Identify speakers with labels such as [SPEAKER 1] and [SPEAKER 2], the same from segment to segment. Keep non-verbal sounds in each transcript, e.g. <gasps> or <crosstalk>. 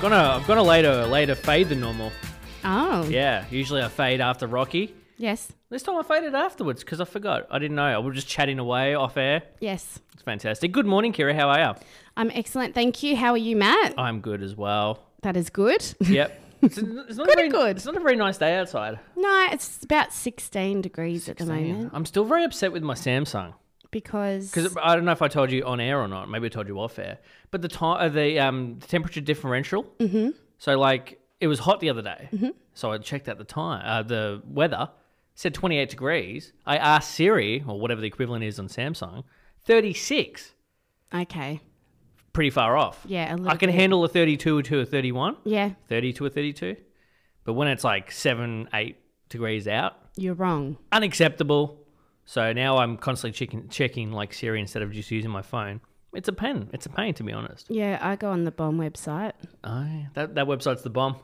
[SPEAKER 1] gonna I've got a later later fade than
[SPEAKER 2] <laughs>
[SPEAKER 1] normal.
[SPEAKER 2] Oh.
[SPEAKER 1] Yeah, usually I fade after Rocky.
[SPEAKER 2] Yes.
[SPEAKER 1] This time I faded afterwards because I forgot. I didn't know. I was just chatting away off air.
[SPEAKER 2] Yes.
[SPEAKER 1] It's fantastic. Good morning, Kira. How are you?
[SPEAKER 2] I'm excellent. Thank you. How are you, Matt?
[SPEAKER 1] I'm good as
[SPEAKER 2] <laughs>
[SPEAKER 1] well.
[SPEAKER 2] That is good.
[SPEAKER 1] Yep. It's, it's not a
[SPEAKER 2] Good,
[SPEAKER 1] very,
[SPEAKER 2] good.
[SPEAKER 1] It's not a very nice day outside.
[SPEAKER 2] no, it's about 16 degrees at the moment
[SPEAKER 1] I'm still very upset with my Samsung.
[SPEAKER 2] because
[SPEAKER 1] Because I don't know if I told you on air or not. Maybe I told you off air. But the time, uh, the um, the temperature differential. Mm-hmm. So like it was hot the other day. Mm-hmm. So I checked out the time, uh, the weather. It Said 28 degrees. I asked Siri or whatever the equivalent is on Samsung. 36.
[SPEAKER 2] okay,
[SPEAKER 1] Pretty far off.
[SPEAKER 2] Yeah, a little
[SPEAKER 1] I can
[SPEAKER 2] bit.
[SPEAKER 1] handle a 32 to a 31,
[SPEAKER 2] yeah,
[SPEAKER 1] 30 to a 32. But when it's like seven, eight degrees out,
[SPEAKER 2] you're wrong.
[SPEAKER 1] unacceptable. So now I'm constantly checking, checking like Siri instead of just using my phone. It's a pain. It's a pain to be honest.
[SPEAKER 2] Yeah, I go on the bomb website.
[SPEAKER 1] I, that that website's the bomb.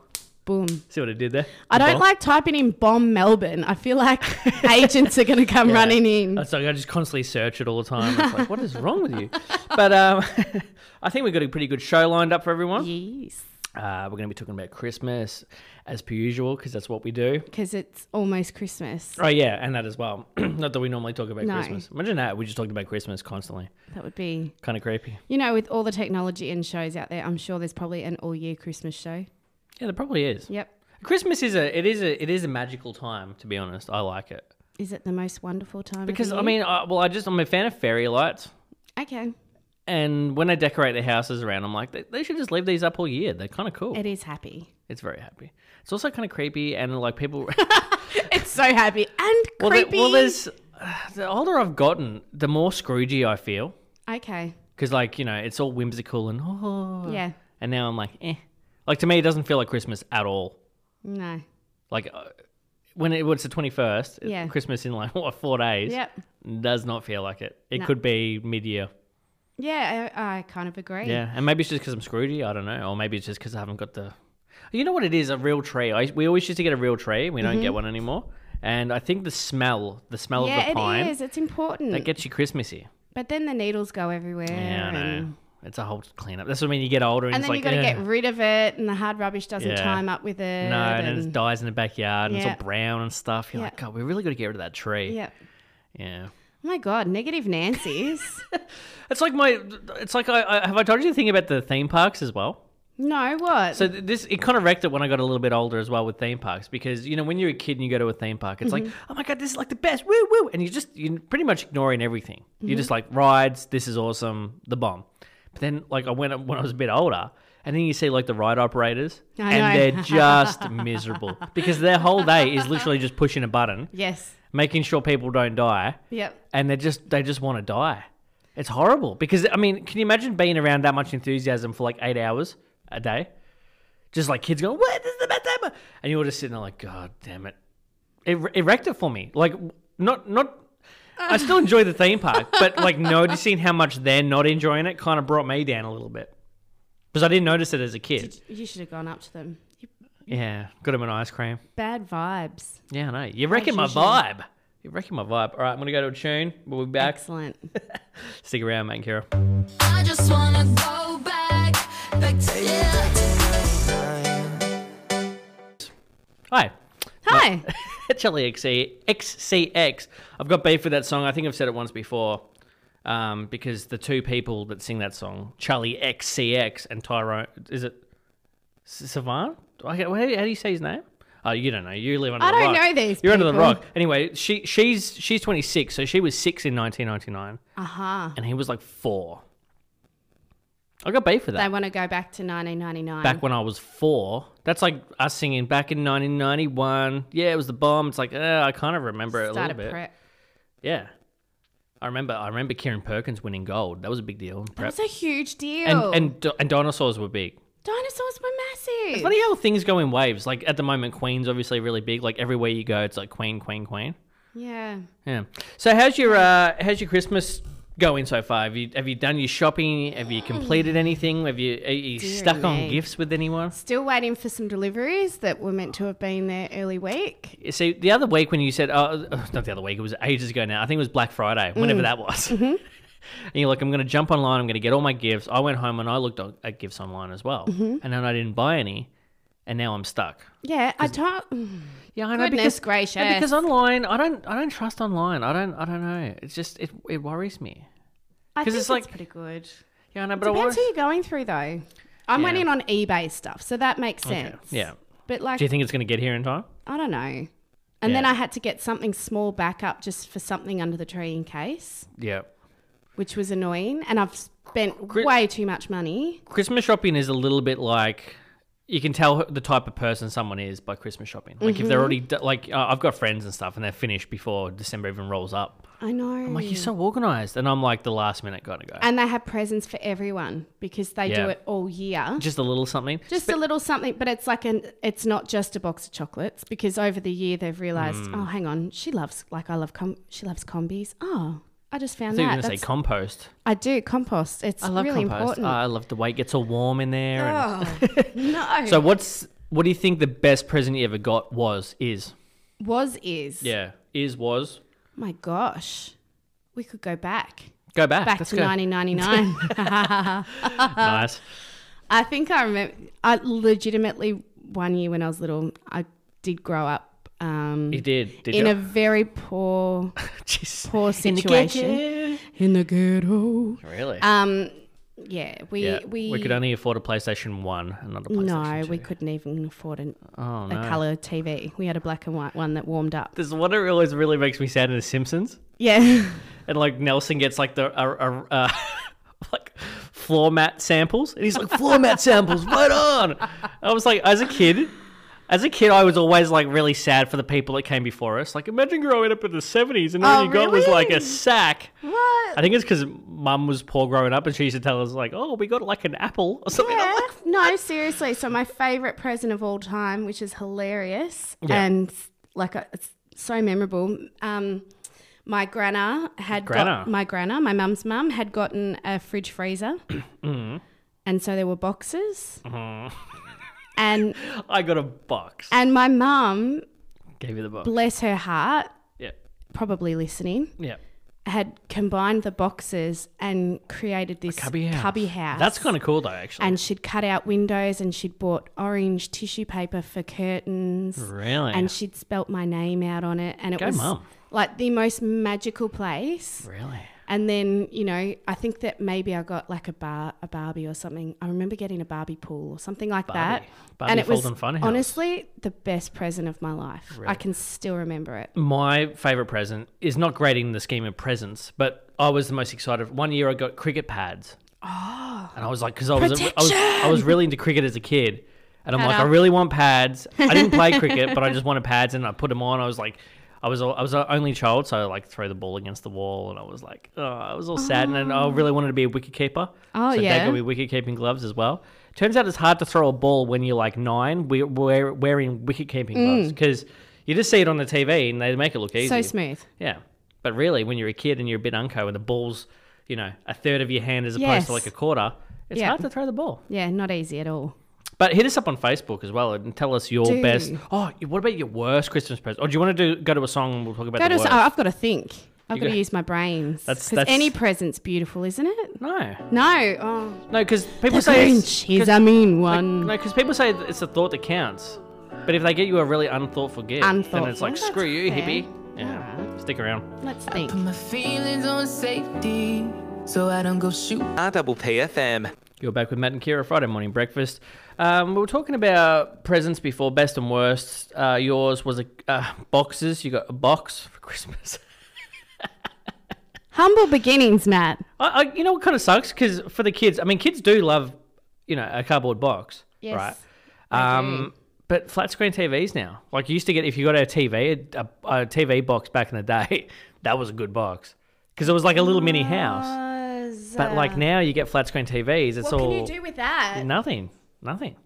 [SPEAKER 2] Boom.
[SPEAKER 1] See what I did there?
[SPEAKER 2] I
[SPEAKER 1] The
[SPEAKER 2] don't
[SPEAKER 1] bomb?
[SPEAKER 2] like typing in bomb Melbourne. I
[SPEAKER 1] <laughs>
[SPEAKER 2] feel like agents are going to come running in.
[SPEAKER 1] It's like I just constantly search it all the time. It's like, what is wrong with
[SPEAKER 2] <laughs>
[SPEAKER 1] you? But um, <laughs> I think we've got a pretty good show lined up for everyone.
[SPEAKER 2] Yes.
[SPEAKER 1] Uh, we're going to be talking about Christmas as per usual because that's what we do.
[SPEAKER 2] Because it's almost Christmas.
[SPEAKER 1] Oh yeah, and that as well. <clears throat> Not that we normally talk about
[SPEAKER 2] No.
[SPEAKER 1] Christmas. Imagine that we just talked about Christmas constantly.
[SPEAKER 2] That would be,
[SPEAKER 1] Kind of creepy.
[SPEAKER 2] you know, with all the technology and shows out there, I'm sure there's probably an all year Christmas show.
[SPEAKER 1] Yeah, there probably is.
[SPEAKER 2] Yep.
[SPEAKER 1] Christmas is a it is a it is a magical time to be honest. I like it
[SPEAKER 2] Is it the most wonderful time? of the
[SPEAKER 1] because I
[SPEAKER 2] year?
[SPEAKER 1] mean, I, well, I just I'm a fan of fairy lights,
[SPEAKER 2] okay,
[SPEAKER 1] and when they decorate their houses around, I'm like they, they should just leave these up all year. They're kind of cool.
[SPEAKER 2] it is happy.
[SPEAKER 1] it's very happy. It's also kind of creepy and like people.
[SPEAKER 2] <laughs>
[SPEAKER 1] <laughs>
[SPEAKER 2] It's so happy and
[SPEAKER 1] well, there-
[SPEAKER 2] creepy.
[SPEAKER 1] well, there's <sighs> the older I've gotten, the more Scroogey I feel
[SPEAKER 2] okay,
[SPEAKER 1] because like you know it's all whimsical and oh
[SPEAKER 2] yeah,
[SPEAKER 1] and now I'm like eh, like to me it doesn't feel like Christmas at all.
[SPEAKER 2] no,
[SPEAKER 1] Like uh, when it was the 21st,
[SPEAKER 2] Yeah.
[SPEAKER 1] Christmas in like <laughs> what four days.
[SPEAKER 2] yep,
[SPEAKER 1] Does not feel like it. It
[SPEAKER 2] No.
[SPEAKER 1] could be mid year.
[SPEAKER 2] yeah, I, I kind of agree.
[SPEAKER 1] Yeah. And maybe it's just because I'm Scroogey. I don't know. Or maybe it's just because I haven't got the. You know what it is? A real tree. I, we always used to get a real tree. We don't get one anymore. And I think the smell, the smell
[SPEAKER 2] Mm-hmm. yeah,
[SPEAKER 1] of the pine,
[SPEAKER 2] it is. It's important,
[SPEAKER 1] that gets you Christmassy.
[SPEAKER 2] but then the needles go everywhere,
[SPEAKER 1] Yeah, I
[SPEAKER 2] and,
[SPEAKER 1] know. It's a whole cleanup. That's what I mean. You get older and,
[SPEAKER 2] and
[SPEAKER 1] it's
[SPEAKER 2] then
[SPEAKER 1] like,
[SPEAKER 2] you got to
[SPEAKER 1] "Eh,
[SPEAKER 2] get rid of it, and the hard rubbish doesn't
[SPEAKER 1] Yeah.
[SPEAKER 2] time up with it.
[SPEAKER 1] no, and it
[SPEAKER 2] and-
[SPEAKER 1] just dies in the backyard and
[SPEAKER 2] Yeah.
[SPEAKER 1] it's all brown and stuff. You're
[SPEAKER 2] Yeah.
[SPEAKER 1] like, God, we really got to get rid of that tree.
[SPEAKER 2] yeah.
[SPEAKER 1] yeah.
[SPEAKER 2] Oh my god,
[SPEAKER 1] <laughs>
[SPEAKER 2] negative Nancy's.
[SPEAKER 1] It's like my. It's like I, I have I told you the thing about the theme parks as well.
[SPEAKER 2] no, what?
[SPEAKER 1] So th- this it kind of wrecked it when I got a little bit older as well with theme parks because you know when you're a kid and you go to a theme park it's
[SPEAKER 2] Mm-hmm.
[SPEAKER 1] like oh my god this is like the best woo woo and you just you're pretty much ignoring everything
[SPEAKER 2] Mm-hmm.
[SPEAKER 1] you're just like rides this is awesome the bomb but then like I went when I was a bit older and then you see like the ride operators
[SPEAKER 2] I
[SPEAKER 1] and
[SPEAKER 2] <laughs> know.
[SPEAKER 1] they're just miserable because their whole day is literally just pushing a button
[SPEAKER 2] yes,
[SPEAKER 1] making sure people don't die
[SPEAKER 2] yep.
[SPEAKER 1] and they just they just want to die. It's horrible because I mean, can you imagine being around that much enthusiasm for like eight hours a day? Just like kids going, "What this is the best ever," and you're just sitting there like, "God damn it!" It, it wrecked it for me. Like, not not. I still enjoy the theme park, but like noticing how much they're not enjoying it kind of brought me down a little bit because I didn't notice it as a kid.
[SPEAKER 2] Did- You should have gone up to them. You
[SPEAKER 1] Yeah, got him an ice cream.
[SPEAKER 2] bad vibes.
[SPEAKER 1] Yeah, I know. You're wrecking my
[SPEAKER 2] usually.
[SPEAKER 1] vibe. You're wrecking my vibe. All right, I'm gonna go to a tune. We'll be back. <laughs>
[SPEAKER 2] Excellent.
[SPEAKER 1] Stick around, mate, and Kira.
[SPEAKER 3] I just wanna go back, back to you.
[SPEAKER 1] Hi.
[SPEAKER 2] Hi.
[SPEAKER 1] Charlie XC, XCX. I've got beef with that song. I think I've said it once before. Um, because the two people that sing that song, Charlie XCX and Tyrone, is it S- Savan? Okay, how do you say his name? Oh, you don't know. You live under
[SPEAKER 2] I
[SPEAKER 1] the
[SPEAKER 2] don't
[SPEAKER 1] rock.
[SPEAKER 2] know these
[SPEAKER 1] You're under the
[SPEAKER 2] people.
[SPEAKER 1] rock. Anyway, she she's she's 26, so she was six in 1999,
[SPEAKER 2] Aha.
[SPEAKER 1] and he was like four. I got beef with that.
[SPEAKER 2] They want to go back to 1999.
[SPEAKER 1] back when I was four. That's like us singing back in 1991. Yeah, it was the bomb. It's like eh, I kind of remember it a
[SPEAKER 2] Start
[SPEAKER 1] little bit.
[SPEAKER 2] prep.
[SPEAKER 1] Yeah, I remember. I remember Kieran Perkins winning gold. That was a big deal. in
[SPEAKER 2] That
[SPEAKER 1] Prep.
[SPEAKER 2] was a huge deal.
[SPEAKER 1] And and di- and dinosaurs were big.
[SPEAKER 2] dinosaurs were massive.
[SPEAKER 1] It's funny how things go in waves. Like at the moment, Queen's obviously really big. Like everywhere you go, it's like Queen, Queen, Queen.
[SPEAKER 2] Yeah.
[SPEAKER 1] Yeah. So how's your uh, how's your Christmas going so far? Have you have you done your shopping? Have you completed anything? Have you are you
[SPEAKER 2] Mm. Dear
[SPEAKER 1] stuck on
[SPEAKER 2] me.
[SPEAKER 1] gifts with anyone?
[SPEAKER 2] Still waiting for some deliveries that were meant to have been there early week.
[SPEAKER 1] You oh, See, Mm. the other week when you said, oh, uh, not the other week, it was ages ago now. I think it was Black Friday, whenever that was. <laughs> And you're like, I'm going to jump online. I'm going to get all my gifts. I went home and I looked on- at gifts online as well, and then I didn't buy any, and now I'm stuck.
[SPEAKER 2] Yeah, I don't. mm,
[SPEAKER 1] Yeah, I know.
[SPEAKER 2] Goodness
[SPEAKER 1] because,
[SPEAKER 2] gracious.
[SPEAKER 1] yeah, because online, I don't, I don't trust online. I don't, I don't know. It's just it, it worries me.
[SPEAKER 2] I
[SPEAKER 1] 'Cause
[SPEAKER 2] think
[SPEAKER 1] it's
[SPEAKER 2] it's,
[SPEAKER 1] like-
[SPEAKER 2] pretty good.
[SPEAKER 1] Yeah, I know, but I want.
[SPEAKER 2] Depends who you're going through, though.
[SPEAKER 1] Yeah.
[SPEAKER 2] I'm waiting on eBay stuff, so that makes sense.
[SPEAKER 1] Yeah.
[SPEAKER 2] But like,
[SPEAKER 1] Do you think it's going to get here in time?
[SPEAKER 2] I don't know. And then
[SPEAKER 1] Yeah.
[SPEAKER 2] I had to get something small back up just for something under the tree in case,
[SPEAKER 1] Yeah.
[SPEAKER 2] which was annoying. And I've spent
[SPEAKER 1] Gri-
[SPEAKER 2] way too much money.
[SPEAKER 1] Christmas shopping is a little bit like you can tell the type of person someone is by Christmas shopping. Like if
[SPEAKER 2] Mm-hmm.
[SPEAKER 1] they're already d- like uh, I've got friends and stuff and they're finished before December even rolls up.
[SPEAKER 2] I know.
[SPEAKER 1] I'm like you're so organized, and I'm like the last minute gotta go.
[SPEAKER 2] Mm. and they have presents for everyone because they
[SPEAKER 1] Yeah.
[SPEAKER 2] do it all year.
[SPEAKER 1] Just a little something.
[SPEAKER 2] Just a little something, but it's like an it's not just a box of chocolates because over the year they've realized,
[SPEAKER 1] Mm.
[SPEAKER 2] oh, hang on, she loves like I love com- she loves combis. Oh, I just
[SPEAKER 1] I
[SPEAKER 2] found
[SPEAKER 1] thought you were
[SPEAKER 2] that.
[SPEAKER 1] gonna say
[SPEAKER 2] That's-
[SPEAKER 1] compost.
[SPEAKER 2] I do compost. It's
[SPEAKER 1] I love
[SPEAKER 2] really
[SPEAKER 1] compost.
[SPEAKER 2] important.
[SPEAKER 1] Ah, I love the way it gets all warm in there. And...
[SPEAKER 2] oh
[SPEAKER 1] <laughs>
[SPEAKER 2] no.
[SPEAKER 1] So what's what do you think the best present you ever got was? Is
[SPEAKER 2] was is
[SPEAKER 1] yeah, is was
[SPEAKER 2] My gosh, we could go back
[SPEAKER 1] go back.
[SPEAKER 2] back
[SPEAKER 1] Let's
[SPEAKER 2] to
[SPEAKER 1] go. <laughs>
[SPEAKER 2] 1999.
[SPEAKER 1] nice.
[SPEAKER 2] <laughs> I think I remember. I legitimately one year when I was little, I did grow up um,
[SPEAKER 1] You did. Did
[SPEAKER 2] in
[SPEAKER 1] you?
[SPEAKER 2] a very poor
[SPEAKER 1] <laughs> Jeez.
[SPEAKER 2] poor
[SPEAKER 1] In the
[SPEAKER 2] situation
[SPEAKER 1] kitchen.
[SPEAKER 2] in the ghetto.
[SPEAKER 1] Really?
[SPEAKER 2] Um, yeah, we
[SPEAKER 1] Yeah,
[SPEAKER 2] we,
[SPEAKER 1] could only afford a PlayStation One, another PlayStation.
[SPEAKER 2] no,
[SPEAKER 1] two.
[SPEAKER 2] we couldn't even afford an,
[SPEAKER 1] Oh
[SPEAKER 2] a
[SPEAKER 1] no!
[SPEAKER 2] color TV. We had a black and white one that warmed up.
[SPEAKER 1] This is what it always really makes me sad in The Simpsons, <laughs>
[SPEAKER 2] Yeah, <laughs>
[SPEAKER 1] and like Nelson gets like the uh, uh, uh, <laughs> like floor mat samples, and he's like floor mat samples, right on. I was like, as a kid. As a kid, I was always like really sad for the people that came before us. Like, imagine growing up in the '70s and all
[SPEAKER 2] Oh,
[SPEAKER 1] you got was like a
[SPEAKER 2] really?
[SPEAKER 1] sack. I
[SPEAKER 2] what?
[SPEAKER 1] think it's because Mum was poor growing up, and she used to tell us like, "Oh, we got like an apple or something." I'm
[SPEAKER 2] Yeah.
[SPEAKER 1] like,
[SPEAKER 2] No, seriously. So my favorite present of all time, which is hilarious
[SPEAKER 1] Yeah.
[SPEAKER 2] and like uh, it's so memorable. Um, my grana had
[SPEAKER 1] Grana?
[SPEAKER 2] got my grana, my mum's mum had gotten a fridge
[SPEAKER 1] <clears throat>
[SPEAKER 2] freezer,
[SPEAKER 1] Mm-hmm.
[SPEAKER 2] and so there were boxes, and
[SPEAKER 1] I got a box.
[SPEAKER 2] and my mum,
[SPEAKER 1] Gave you the box.
[SPEAKER 2] bless her heart,
[SPEAKER 1] Yeah.
[SPEAKER 2] probably listening,
[SPEAKER 1] Yeah.
[SPEAKER 2] had combined the boxes and created this
[SPEAKER 1] Cubby house.
[SPEAKER 2] Cubby house.
[SPEAKER 1] That's kind of cool though, actually.
[SPEAKER 2] and she'd cut out windows and she'd bought orange tissue paper for curtains
[SPEAKER 1] really.
[SPEAKER 2] and she'd spelt my name out on it and it
[SPEAKER 1] Go
[SPEAKER 2] was
[SPEAKER 1] mum.
[SPEAKER 2] like the most magical place
[SPEAKER 1] really.
[SPEAKER 2] and then you know i think that maybe i got like a bar a barbie or something i remember getting a barbie pool or something like that
[SPEAKER 1] Barbie
[SPEAKER 2] and it was
[SPEAKER 1] Fold and Funhouse.
[SPEAKER 2] honestly the best present of my life i can still remember it
[SPEAKER 1] My favorite present is not great in the scheme of presents, but I was the most excited. One year I got cricket pads. Oh. And I was like, because I was, I was I was really into cricket as a kid. And I'm
[SPEAKER 2] Pad
[SPEAKER 1] like,
[SPEAKER 2] up.
[SPEAKER 1] I really want pads. I didn't play
[SPEAKER 2] <laughs>
[SPEAKER 1] cricket, but I just wanted pads, and I put them on. I was like, I was all- I was an only child, so I like throw the ball against the wall, and I was like, oh, I was all sad, and then I really wanted to be a wicket keeper.
[SPEAKER 2] Oh,
[SPEAKER 1] so Dad
[SPEAKER 2] yeah.
[SPEAKER 1] got me wicket keeping gloves as well. Turns out it's hard to throw a ball when you're like nine. We we're wearing wicket keeping gloves because you just see it on the TV and they make it look easy.
[SPEAKER 2] Mm. so smooth
[SPEAKER 1] Yeah, but really, when you're a kid and you're a bit unco and the ball's you know a third of your hand as opposed
[SPEAKER 2] Yes.
[SPEAKER 1] to like a quarter, it's
[SPEAKER 2] Yeah.
[SPEAKER 1] hard to throw the ball.
[SPEAKER 2] yeah not easy at all
[SPEAKER 1] But hit us up on Facebook as well and tell us your
[SPEAKER 2] Do.
[SPEAKER 1] best. Oh, what about your worst Christmas present? Or do you want to do, go to a song and we'll talk about
[SPEAKER 2] go
[SPEAKER 1] the
[SPEAKER 2] to,
[SPEAKER 1] worst?
[SPEAKER 2] oh, i've got to think i've
[SPEAKER 1] You
[SPEAKER 2] got
[SPEAKER 1] go-
[SPEAKER 2] to use my brains
[SPEAKER 1] That's-
[SPEAKER 2] because
[SPEAKER 1] that's-
[SPEAKER 2] any present's beautiful isn't it
[SPEAKER 1] no,
[SPEAKER 2] No. Oh.
[SPEAKER 1] no, because people
[SPEAKER 2] The
[SPEAKER 1] say
[SPEAKER 2] Grinch
[SPEAKER 1] it's,
[SPEAKER 2] is a mean one.
[SPEAKER 1] no, because people say it's the thought that counts. But if they get you a really unthoughtful gift, then it's
[SPEAKER 2] Unthoughtful.
[SPEAKER 1] like
[SPEAKER 2] That's
[SPEAKER 1] screw you,
[SPEAKER 2] fair.
[SPEAKER 1] hippie. Yeah,
[SPEAKER 2] Alright.
[SPEAKER 1] stick around.
[SPEAKER 2] Let's think.
[SPEAKER 3] My feelings on safety, so I don't go shoot.
[SPEAKER 4] RPPFM.
[SPEAKER 1] You're back with Matt and Kira Friday morning breakfast. Um, we were talking about presents before, best and worst. Uh, yours was a uh, boxes. You got a box <laughs> for Christmas.
[SPEAKER 2] Humble beginnings, Matt.
[SPEAKER 1] I, I, you know what kind of sucks because for the kids, I mean, kids do love you know a cardboard box,
[SPEAKER 2] Yes,
[SPEAKER 1] right?
[SPEAKER 2] I
[SPEAKER 1] Um, but flat screen TVs now, like you used to get if you got a TV, a, a TV box back in the day, <laughs> that was a good box because it was like a little mini house. But like now you get flat screen TVs, it's
[SPEAKER 2] Ah. uh, what
[SPEAKER 1] all
[SPEAKER 2] can you do with that?
[SPEAKER 1] Nothing. Nothing.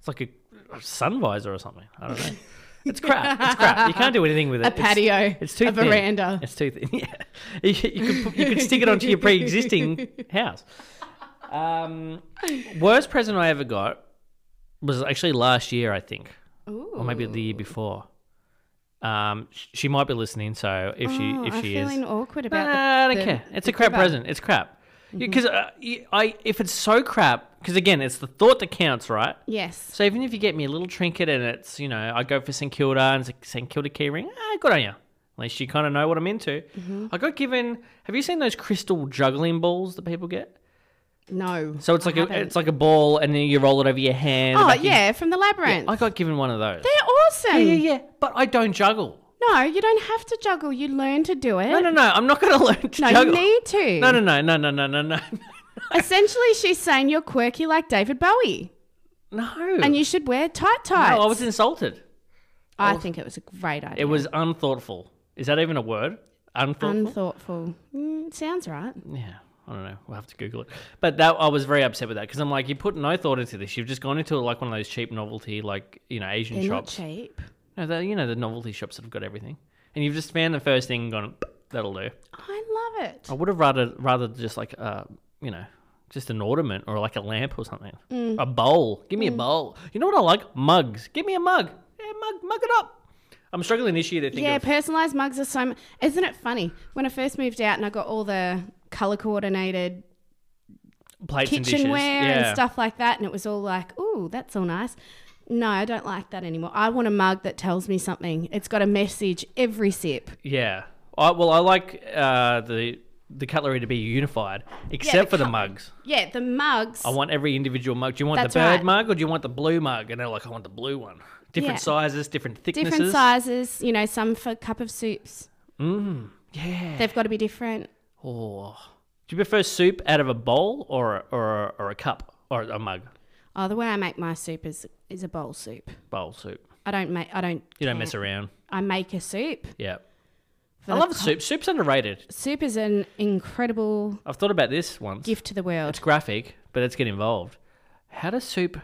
[SPEAKER 1] It's like a, a sun visor or something. I don't know. It's crap. It's crap. You can't do anything with it.
[SPEAKER 2] <laughs> A
[SPEAKER 1] It's-
[SPEAKER 2] patio,
[SPEAKER 1] It's, too
[SPEAKER 2] a
[SPEAKER 1] thin.
[SPEAKER 2] veranda.
[SPEAKER 1] It's too thin. <laughs> Yeah. You, you could put- you could stick it onto your
[SPEAKER 2] <laughs>
[SPEAKER 1] pre-existing house. Um, worst present I ever got was actually last year, I think,
[SPEAKER 2] Ooh.
[SPEAKER 1] or maybe the year before. Um, sh- she might be listening, so if
[SPEAKER 2] Oh,
[SPEAKER 1] she if
[SPEAKER 2] I'm
[SPEAKER 1] she is,
[SPEAKER 2] feeling awkward about
[SPEAKER 1] Nah,
[SPEAKER 2] the-
[SPEAKER 1] I don't
[SPEAKER 2] the- Mm-hmm.
[SPEAKER 1] care. It's
[SPEAKER 2] the
[SPEAKER 1] a crap
[SPEAKER 2] cover.
[SPEAKER 1] present. It's crap. Because uh, y- I, if it's so crap, because again, it's the thought that counts, right?
[SPEAKER 2] Yes.
[SPEAKER 1] So even if you get me a little trinket and it's, you know, I go for St Kilda and it's a St Kilda key ring, ah, good on you. At least you kind of know what I'm into.
[SPEAKER 2] Mm-hmm.
[SPEAKER 1] I got given. Have you seen those crystal juggling balls that people get?
[SPEAKER 2] No.
[SPEAKER 1] So it's like
[SPEAKER 2] I
[SPEAKER 1] a,
[SPEAKER 2] haven't.
[SPEAKER 1] it's like a ball, and then you roll it over your hand.
[SPEAKER 2] Oh
[SPEAKER 1] back in-
[SPEAKER 2] yeah, from the labyrinth.
[SPEAKER 1] I got given one of those.
[SPEAKER 2] They're awesome.
[SPEAKER 1] Yeah, yeah, yeah. But I don't juggle.
[SPEAKER 2] No, you don't have to juggle. You learn to do it.
[SPEAKER 1] No, no, no. I'm not going to <laughs> learn to
[SPEAKER 2] No,
[SPEAKER 1] juggle.
[SPEAKER 2] you need to.
[SPEAKER 1] No, no, no, no, no, no, no, no. <laughs>
[SPEAKER 2] Essentially, she's saying you're quirky like David Bowie,
[SPEAKER 1] No.
[SPEAKER 2] and you should wear tight tights.
[SPEAKER 1] No, I was insulted.
[SPEAKER 2] I think it was a great idea.
[SPEAKER 1] It was unthoughtful. Is that even a word? Unthoughtful.
[SPEAKER 2] unthoughtful. Mm, sounds right.
[SPEAKER 1] yeah. I don't know. We'll have to Google it. But that I was very upset with that because I'm like, you put no thought into this. You've just gone into like one of those cheap novelty, like you know, Asian
[SPEAKER 2] They're not
[SPEAKER 1] shops.
[SPEAKER 2] cheap.
[SPEAKER 1] No, they're- you know, the novelty shops that have got everything, and you've just found the first thing and gone, that'll do.
[SPEAKER 2] I love it.
[SPEAKER 1] I would have rather rather just like uh you know just an ornament or like a lamp or something.
[SPEAKER 2] Mm.
[SPEAKER 1] A bowl. Give me a bowl. You know what I like? Mugs. Give me a mug. Yeah, mug mug it up. I'm struggling this year to think
[SPEAKER 2] yeah,
[SPEAKER 1] of
[SPEAKER 2] personalized mugs are so. Mu- Isn't it funny? When I first moved out and I got all the color coordinated
[SPEAKER 1] plates and dishes.
[SPEAKER 2] kitchenware
[SPEAKER 1] yeah.
[SPEAKER 2] and stuff like that, and it was all like, "Ooh, that's all nice." No, I don't like that anymore. I want a mug that tells me something. It's got a message every sip.
[SPEAKER 1] Yeah. I, well, I like uh, the the cutlery to be unified, except for the
[SPEAKER 2] cut-
[SPEAKER 1] mugs.
[SPEAKER 2] Yeah, the mugs.
[SPEAKER 1] I want every individual mug. Do you want
[SPEAKER 2] That's
[SPEAKER 1] the bird
[SPEAKER 2] right.
[SPEAKER 1] mug or do you want the blue mug? And they're like, I want the blue one. Different
[SPEAKER 2] Yeah.
[SPEAKER 1] sizes, different thicknesses.
[SPEAKER 2] different sizes. You know, some for cup of soups.
[SPEAKER 1] Yeah.
[SPEAKER 2] They've got to be different.
[SPEAKER 1] Oh. Do you prefer soup out of a bowl or or or a cup or a mug?
[SPEAKER 2] Oh, the way I make my soup is is a bowl soup.
[SPEAKER 1] Bowl soup.
[SPEAKER 2] I don't make. I don't.
[SPEAKER 1] You don't
[SPEAKER 2] care.
[SPEAKER 1] mess around.
[SPEAKER 2] I make a soup.
[SPEAKER 1] Yeah.
[SPEAKER 2] for
[SPEAKER 1] I
[SPEAKER 2] the
[SPEAKER 1] love
[SPEAKER 2] co-
[SPEAKER 1] soup. Soup's underrated.
[SPEAKER 2] Soup is an incredible
[SPEAKER 1] I've thought about this once.
[SPEAKER 2] gift to the
[SPEAKER 1] It's
[SPEAKER 2] world.
[SPEAKER 1] graphic, but let's get involved. How does soup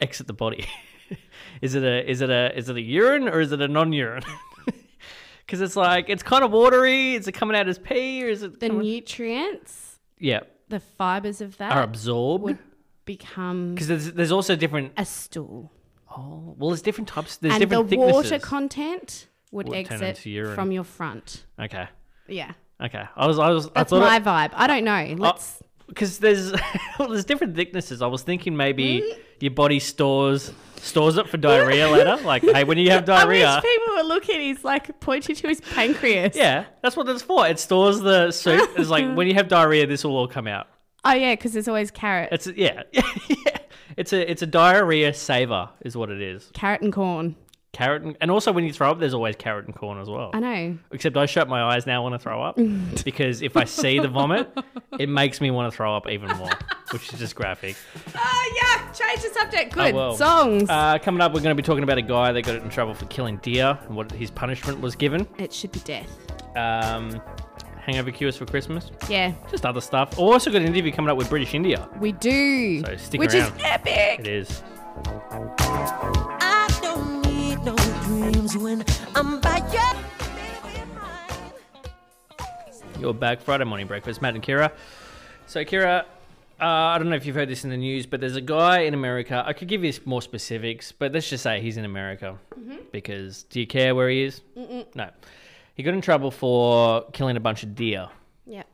[SPEAKER 1] exit the body? <laughs> is it a is it a is it a urine or is it a non-urine? <laughs> Because it's like it's kind of watery. Is it coming out as pee or is it?
[SPEAKER 2] The
[SPEAKER 1] coming-
[SPEAKER 2] nutrients,
[SPEAKER 1] yeah,
[SPEAKER 2] the fibers of that
[SPEAKER 1] are absorbed.
[SPEAKER 2] would become
[SPEAKER 1] Because there's there's also different.
[SPEAKER 2] a stool,
[SPEAKER 1] Oh, well, there's different types. There's
[SPEAKER 2] and the
[SPEAKER 1] different thicknesses.
[SPEAKER 2] water content would,
[SPEAKER 1] Would turn
[SPEAKER 2] exit
[SPEAKER 1] into urine.
[SPEAKER 2] from your front.
[SPEAKER 1] okay,
[SPEAKER 2] Yeah,
[SPEAKER 1] okay. I was I was I
[SPEAKER 2] that's
[SPEAKER 1] thought
[SPEAKER 2] my vibe. I don't know. Let's.
[SPEAKER 1] because there's <laughs> well, there's different thicknesses. I was thinking maybe
[SPEAKER 2] Mm.
[SPEAKER 1] your body stores stores it for diarrhea later. Like hey, when you have diarrhea.
[SPEAKER 2] <laughs> I wish people were looking. He's like pointing to his pancreas.
[SPEAKER 1] Yeah, that's what that's for. It stores the
[SPEAKER 2] <laughs>
[SPEAKER 1] soup. It's like when you have diarrhea, this will all come out.
[SPEAKER 2] Oh yeah, because there's always carrot,
[SPEAKER 1] It's yeah, <laughs> yeah. It's a it's a diarrhea saver is what it is.
[SPEAKER 2] carrot and corn.
[SPEAKER 1] Carrot and, and also when you throw up, there's always carrot and corn as well.
[SPEAKER 2] I know.
[SPEAKER 1] Except I shut my eyes now when I throw
[SPEAKER 2] <laughs>
[SPEAKER 1] up because if I see the vomit, it makes me want to throw up even more, which is just graphic. Ah,
[SPEAKER 2] Oh yeah, change the
[SPEAKER 1] I
[SPEAKER 2] subject. Good
[SPEAKER 1] will.
[SPEAKER 2] songs.
[SPEAKER 1] Oh, Uh, coming up, we're going to be talking about a guy that got in trouble for killing deer and what his punishment was given.
[SPEAKER 2] it should be death.
[SPEAKER 1] Um, hangover cures for Christmas,
[SPEAKER 2] Yeah,
[SPEAKER 1] just other stuff. Oh, also got an interview coming up with British India.
[SPEAKER 2] we do.
[SPEAKER 1] So stick
[SPEAKER 2] which
[SPEAKER 1] around.
[SPEAKER 2] is epic.
[SPEAKER 1] It is.
[SPEAKER 3] I don't need no dreams when I'm by your baby mine.
[SPEAKER 1] You're back Friday morning breakfast, Matt and Kira. So, Kira, uh, I don't know if you've heard this in the news, but there's a guy in America. I could give you more specifics, but let's just say he's in America because do you care where he is? No. He got in trouble for killing a bunch of deer.
[SPEAKER 2] Yep.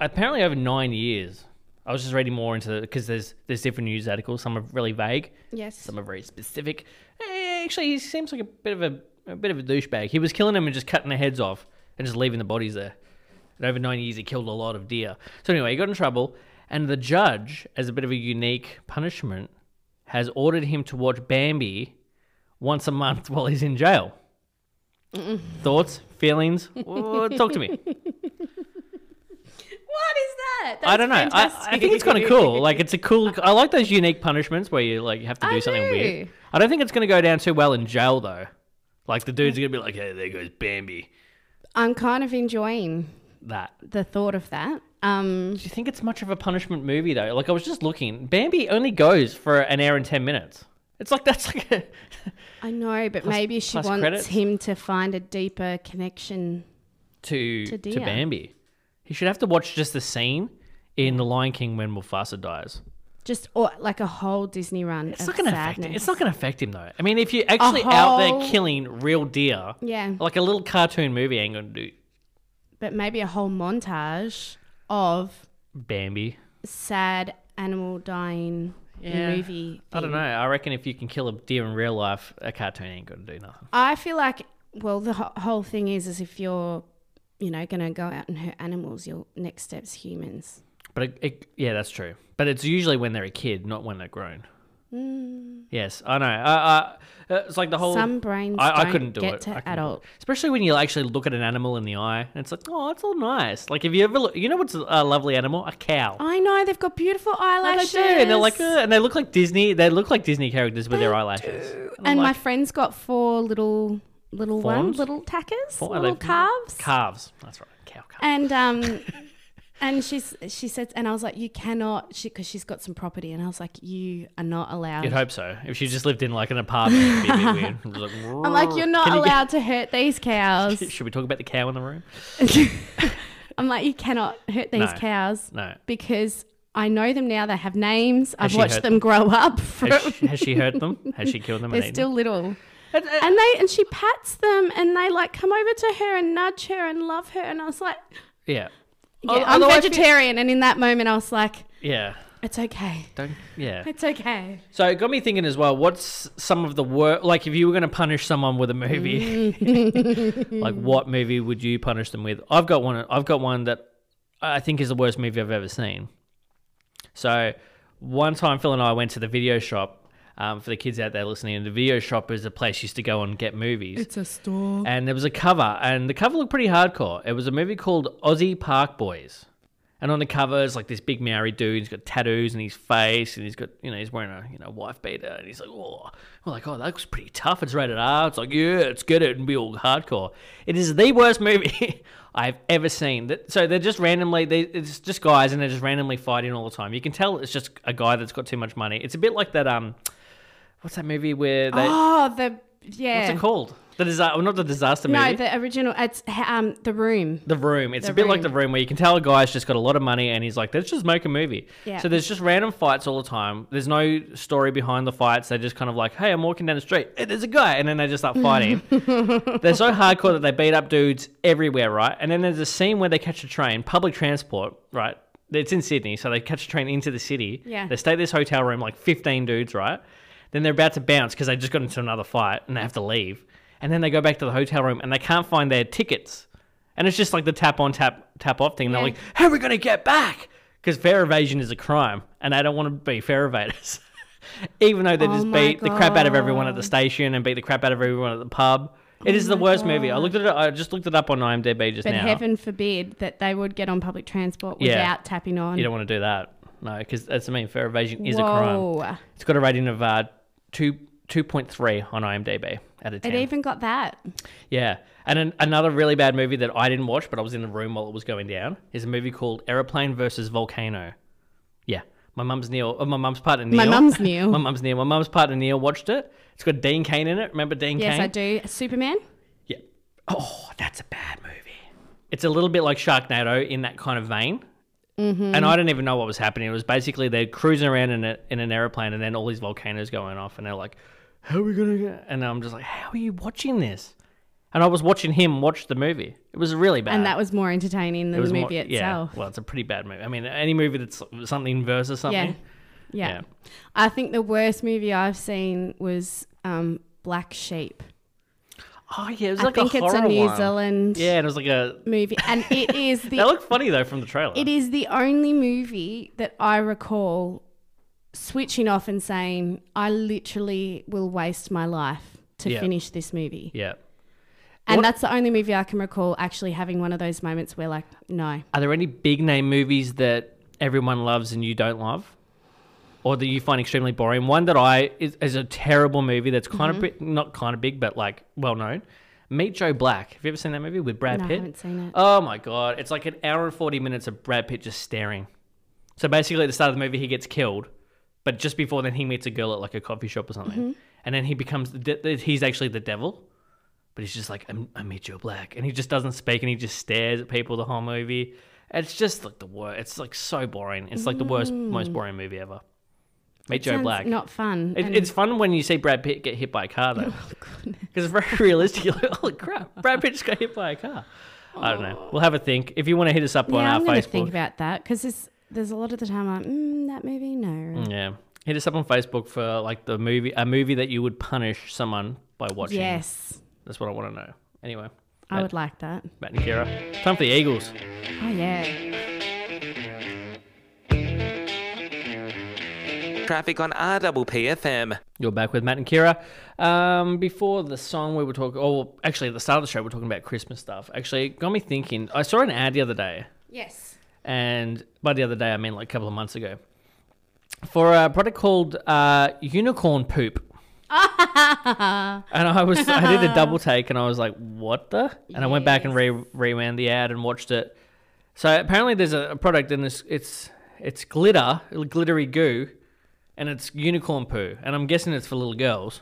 [SPEAKER 1] Apparently, over nine years. I was just reading more into because there's there's different news articles. Some are really vague.
[SPEAKER 2] Yes.
[SPEAKER 1] Some are very specific. Eh, Actually, he seems like a bit of a, a bit of a douchebag. He was killing them and just cutting their heads off and just leaving the bodies there. And over nine years, he killed a lot of deer. So anyway, he got in trouble, and the judge, as a bit of a unique punishment, has ordered him to watch Bambi once a month while he's in jail. Thoughts, feelings, Wha- talk to me.
[SPEAKER 2] What is that?
[SPEAKER 1] I don't know. I, I think it's kind of cool. Like it's a cool. I like those unique punishments where you like have to do
[SPEAKER 2] I
[SPEAKER 1] something
[SPEAKER 2] know.
[SPEAKER 1] weird. I don't think it's going to go down too well in jail though. Like the dude's going to be like, "Hey, there goes Bambi."
[SPEAKER 2] I'm kind of enjoying
[SPEAKER 1] That.
[SPEAKER 2] the thought of that. Um,
[SPEAKER 1] Do you think it's much of a punishment movie though? Like I was just looking, Bambi only goes for an hour and ten minutes. It's like <laughs> that's like a,
[SPEAKER 2] I know, but maybe she
[SPEAKER 1] plus
[SPEAKER 2] wants
[SPEAKER 1] credits?
[SPEAKER 2] him to find a deeper connection.
[SPEAKER 1] to to,
[SPEAKER 2] deer.
[SPEAKER 1] Bambi. He should have to watch just the scene in The Lion King when Mufasa dies.
[SPEAKER 2] Just or like a whole Disney run.
[SPEAKER 1] It's
[SPEAKER 2] of
[SPEAKER 1] not going to affect
[SPEAKER 2] sadness.
[SPEAKER 1] him. It's not going to affect him though. I mean, if you're actually out
[SPEAKER 2] whole-
[SPEAKER 1] there killing real deer,
[SPEAKER 2] Yeah.
[SPEAKER 1] like a little cartoon movie ain't going to do
[SPEAKER 2] but maybe a whole montage of
[SPEAKER 1] Bambi.
[SPEAKER 2] sad animal dying
[SPEAKER 1] Yeah.
[SPEAKER 2] movie.
[SPEAKER 1] I don't
[SPEAKER 2] thing.
[SPEAKER 1] know. I reckon if you can kill a deer in real life, a cartoon ain't going to do nothing.
[SPEAKER 2] I feel like well, the ho- whole thing is is if you're, you know, going to go out and hurt animals, your next step's humans.
[SPEAKER 1] But it, it, yeah, that's true. But it's usually when they're a kid, not when they're grown. Yes, I know. I, I, it's like the whole.
[SPEAKER 2] Mm. Some brains
[SPEAKER 1] I,
[SPEAKER 2] don't
[SPEAKER 1] Oh, I couldn't do
[SPEAKER 2] get
[SPEAKER 1] it.
[SPEAKER 2] to
[SPEAKER 1] I couldn't do it.
[SPEAKER 2] adult.
[SPEAKER 1] Especially when you actually look at an animal in the eye, and it's like, oh, it's all nice. Like, if you ever look, you know what's a lovely animal? A cow.
[SPEAKER 2] I know they've got beautiful
[SPEAKER 1] And they
[SPEAKER 2] Oh, eyelashes.
[SPEAKER 1] do, and they're like, "Ugh," and they look like Disney. They look like Disney characters with their eyelashes. Oh, I'm
[SPEAKER 2] and my
[SPEAKER 1] uh, like,
[SPEAKER 2] friend's got four little little ones,
[SPEAKER 1] Fawns?
[SPEAKER 2] little tackers,
[SPEAKER 1] "Oh, I
[SPEAKER 2] little
[SPEAKER 1] love-
[SPEAKER 2] calves.
[SPEAKER 1] Calves. That's right. Cow calves. <laughs>
[SPEAKER 2] and um and she's she said and i was like you cannot she because she's got some property and i was like you are not allowed
[SPEAKER 1] You'd hope so. If she just lived in like an apartment, it'd be a bit weird. It's like,
[SPEAKER 2] i'm like you're not
[SPEAKER 1] "Can you get-
[SPEAKER 2] allowed to hurt
[SPEAKER 1] <laughs>
[SPEAKER 2] these cows
[SPEAKER 1] Should we talk about the cow in the room?
[SPEAKER 2] i'm like you cannot hurt these
[SPEAKER 1] No.
[SPEAKER 2] cows
[SPEAKER 1] No.
[SPEAKER 2] because i know them now they have names i've
[SPEAKER 1] she
[SPEAKER 2] watched
[SPEAKER 1] hurt
[SPEAKER 2] them grow up from,
[SPEAKER 1] Has
[SPEAKER 2] <laughs>
[SPEAKER 1] she, has she hurt them? Has she killed them? and
[SPEAKER 2] they're
[SPEAKER 1] eaten
[SPEAKER 2] still little
[SPEAKER 1] them? And-
[SPEAKER 2] and they and she pats them and they like come over to her and nudge her and love her and i was like
[SPEAKER 1] Yeah.
[SPEAKER 2] yeah,
[SPEAKER 1] Al-
[SPEAKER 2] i'm
[SPEAKER 1] although I feel-
[SPEAKER 2] vegetarian and in that moment i was like
[SPEAKER 1] yeah.
[SPEAKER 2] it's okay
[SPEAKER 1] Don't. Yeah.
[SPEAKER 2] it's okay
[SPEAKER 1] So it got me thinking as well. What's some of the work? Like, if you were going to punish someone with a movie, <laughs> like what movie would you punish them with? I've got one. I've got one that I think is the worst movie I've ever seen. So one time, Phil and I went to the video shop. Um, for the kids out there listening, and the video shop is a place you used to go and get movies. It's a store. And there was a cover, and the cover looked pretty hardcore. It was a movie called Aussie Park Boys. And on the cover is like this big Maori dude. He's got tattoos in his face, and he's got you know he's wearing a you know wife beater, and he's like, oh, we're like, oh, that looks pretty tough. It's rated R. It's like, yeah, let's get it and be all hardcore. It is the worst movie <laughs> I've ever seen. That- So they're just randomly they it's just guys, and they're just randomly fighting all the time. You can tell it's just a guy that's got too much money. It's a bit like that um, what's that movie where they
[SPEAKER 2] oh the yeah
[SPEAKER 1] what's it called? The disaster, well, not the disaster movie.
[SPEAKER 2] No, the original. It's um the room.
[SPEAKER 1] The room. It's
[SPEAKER 2] The
[SPEAKER 1] a bit like
[SPEAKER 2] Room.
[SPEAKER 1] the room where you can tell a guy's just got a lot of money and he's like, let's just make a movie.
[SPEAKER 2] Yeah.
[SPEAKER 1] So there's just random fights all the time. There's no story behind the fights. They're just kind of like, hey, I'm walking down the street. Hey, there's a guy. And then they just start fighting. They're so hardcore that they beat up dudes everywhere, right? And then there's a scene where they catch a train, public transport, right? It's in Sydney, so they catch a train into the city.
[SPEAKER 2] Yeah.
[SPEAKER 1] They stay at this hotel room, like 15 dudes, right? Then they're about to bounce because they just got into another fight and they have to leave. And then they go back to the hotel room and they can't find their tickets. And it's just like the tap on, tap, tap off thing. They're
[SPEAKER 2] Yeah.
[SPEAKER 1] like, how are we going to get back? Because fair evasion is a crime and they don't want to be fair <laughs> evaders. Even though they
[SPEAKER 2] Oh
[SPEAKER 1] just
[SPEAKER 2] my
[SPEAKER 1] beat the crap out of everyone at the station and beat the crap out of everyone at the pub. It is the worst movie. I looked at it. I just looked it up on IMDb just
[SPEAKER 2] Oh But
[SPEAKER 1] now.
[SPEAKER 2] heaven forbid that they would get on public transport
[SPEAKER 1] Yeah.
[SPEAKER 2] without tapping on.
[SPEAKER 1] you don't want to do that, no, because that's I mean, fair evasion is a
[SPEAKER 2] Whoa!
[SPEAKER 1] crime. It's got a rating of uh, two two point three on IMDb out of ten.
[SPEAKER 2] It even got that.
[SPEAKER 1] yeah, and an, another really bad movie that I didn't watch, but I was in the room while it was going down, is a movie called Aeroplane versus Volcano. Yeah, my mum's Neil. Uh, my mum's partner Neil.
[SPEAKER 2] My mum's
[SPEAKER 1] <laughs>
[SPEAKER 2] Neil.
[SPEAKER 1] my mum's Neil. My mum's partner Neil watched it. It's got Dean Kane in it. Remember Dean
[SPEAKER 2] Yes,
[SPEAKER 1] Kane?
[SPEAKER 2] I do. Superman.
[SPEAKER 1] Yeah. Oh, that's a bad movie. It's a little bit like Sharknado in that kind of vein. Mm-hmm. And I didn't even know what was happening. It was basically they're cruising around in, a, in an airplane, and then all these volcanoes going off, and they're like, "How are we gonna?" Get? And I'm just like, "How are you watching this?" And I was watching him watch the movie. It was really bad.
[SPEAKER 2] And that was more entertaining than
[SPEAKER 1] Uh, It was
[SPEAKER 2] the movie
[SPEAKER 1] more-
[SPEAKER 2] itself.
[SPEAKER 1] Yeah, well, it's a pretty bad movie. I mean, any movie that's something versus
[SPEAKER 2] Yeah.
[SPEAKER 1] something.
[SPEAKER 2] yeah.
[SPEAKER 1] Yeah.
[SPEAKER 2] I think the worst movie I've seen was um, Black Sheep.
[SPEAKER 1] Oh yeah, it was
[SPEAKER 2] I
[SPEAKER 1] like
[SPEAKER 2] think
[SPEAKER 1] a
[SPEAKER 2] it's
[SPEAKER 1] horror
[SPEAKER 2] a New
[SPEAKER 1] one.
[SPEAKER 2] Zealand
[SPEAKER 1] Yeah, and it was like a.
[SPEAKER 2] movie. And
[SPEAKER 1] <laughs>
[SPEAKER 2] it is the
[SPEAKER 1] They look funny though from the trailer.
[SPEAKER 2] It is the only movie that I recall switching off and saying, I literally will waste my life to
[SPEAKER 1] Yeah.
[SPEAKER 2] finish this movie.
[SPEAKER 1] Yeah.
[SPEAKER 2] And
[SPEAKER 1] What-
[SPEAKER 2] that's the only movie I can recall actually having one of those moments where, like, no.
[SPEAKER 1] Are there any big name movies that everyone loves and you don't love? Or that you find extremely boring? One that I is, is a terrible movie that's kind of
[SPEAKER 2] Mm-hmm.
[SPEAKER 1] bit, not kind of big, but like well known. Meet Joe Black. Have you ever seen that movie with Brad
[SPEAKER 2] No, I
[SPEAKER 1] Pitt?
[SPEAKER 2] haven't seen it.
[SPEAKER 1] Oh my god, it's like an hour and forty minutes of Brad Pitt just staring. So basically, at the start of the movie, he gets killed, but just before then, he meets a girl at like a coffee shop or something,
[SPEAKER 2] Mm-hmm.
[SPEAKER 1] and then he becomes the de- he's actually the devil, but he's just like I'm, I meet Joe Black, and he just doesn't speak and he just stares at people the whole movie. It's just like the worst. It's like so boring. It's like the worst, most boring movie ever. Meet Joe
[SPEAKER 2] Mm. Sounds
[SPEAKER 1] Black.
[SPEAKER 2] Not fun.
[SPEAKER 1] It,
[SPEAKER 2] and-
[SPEAKER 1] it's fun when you see Brad Pitt get hit by a car, though,
[SPEAKER 2] <laughs> Oh,
[SPEAKER 1] <laughs>
[SPEAKER 2] goodness.
[SPEAKER 1] because it's very realistic. You're like, holy crap, Brad Pitt just got hit by a car. I don't know. We'll have a think. If you want to hit us up
[SPEAKER 2] Yeah,
[SPEAKER 1] on our
[SPEAKER 2] I'm going to
[SPEAKER 1] Facebook,
[SPEAKER 2] think about that because there's a lot of the time I'm mm, that movie, no.
[SPEAKER 1] yeah, hit us up on Facebook for like the movie, a movie that you would punish someone by watching.
[SPEAKER 2] Yes,
[SPEAKER 1] that's what I want to know. Anyway,
[SPEAKER 2] I would like that.
[SPEAKER 1] Matt and Kira, time for the Eagles.
[SPEAKER 2] Oh yeah.
[SPEAKER 4] Traffic on RPPFM.
[SPEAKER 1] You're back with Matt and Kira. Um, before the song, we were talking. Oh, actually, at the start of the show, we are talking about Christmas stuff. Actually, it got me thinking. I saw an ad the other day,
[SPEAKER 2] Yes.
[SPEAKER 1] and by the other day, I mean like a couple of months ago, for a product called uh, Unicorn
[SPEAKER 2] <laughs>
[SPEAKER 1] Poop. and I was, I did a
[SPEAKER 2] <laughs>
[SPEAKER 1] double take, and I was like, "What the?" And I went back and re- rewound the ad and watched it. So apparently, there's a, a product, and it's it's it's glitter, glittery goo, and it's unicorn poo, and I'm guessing it's for little girls.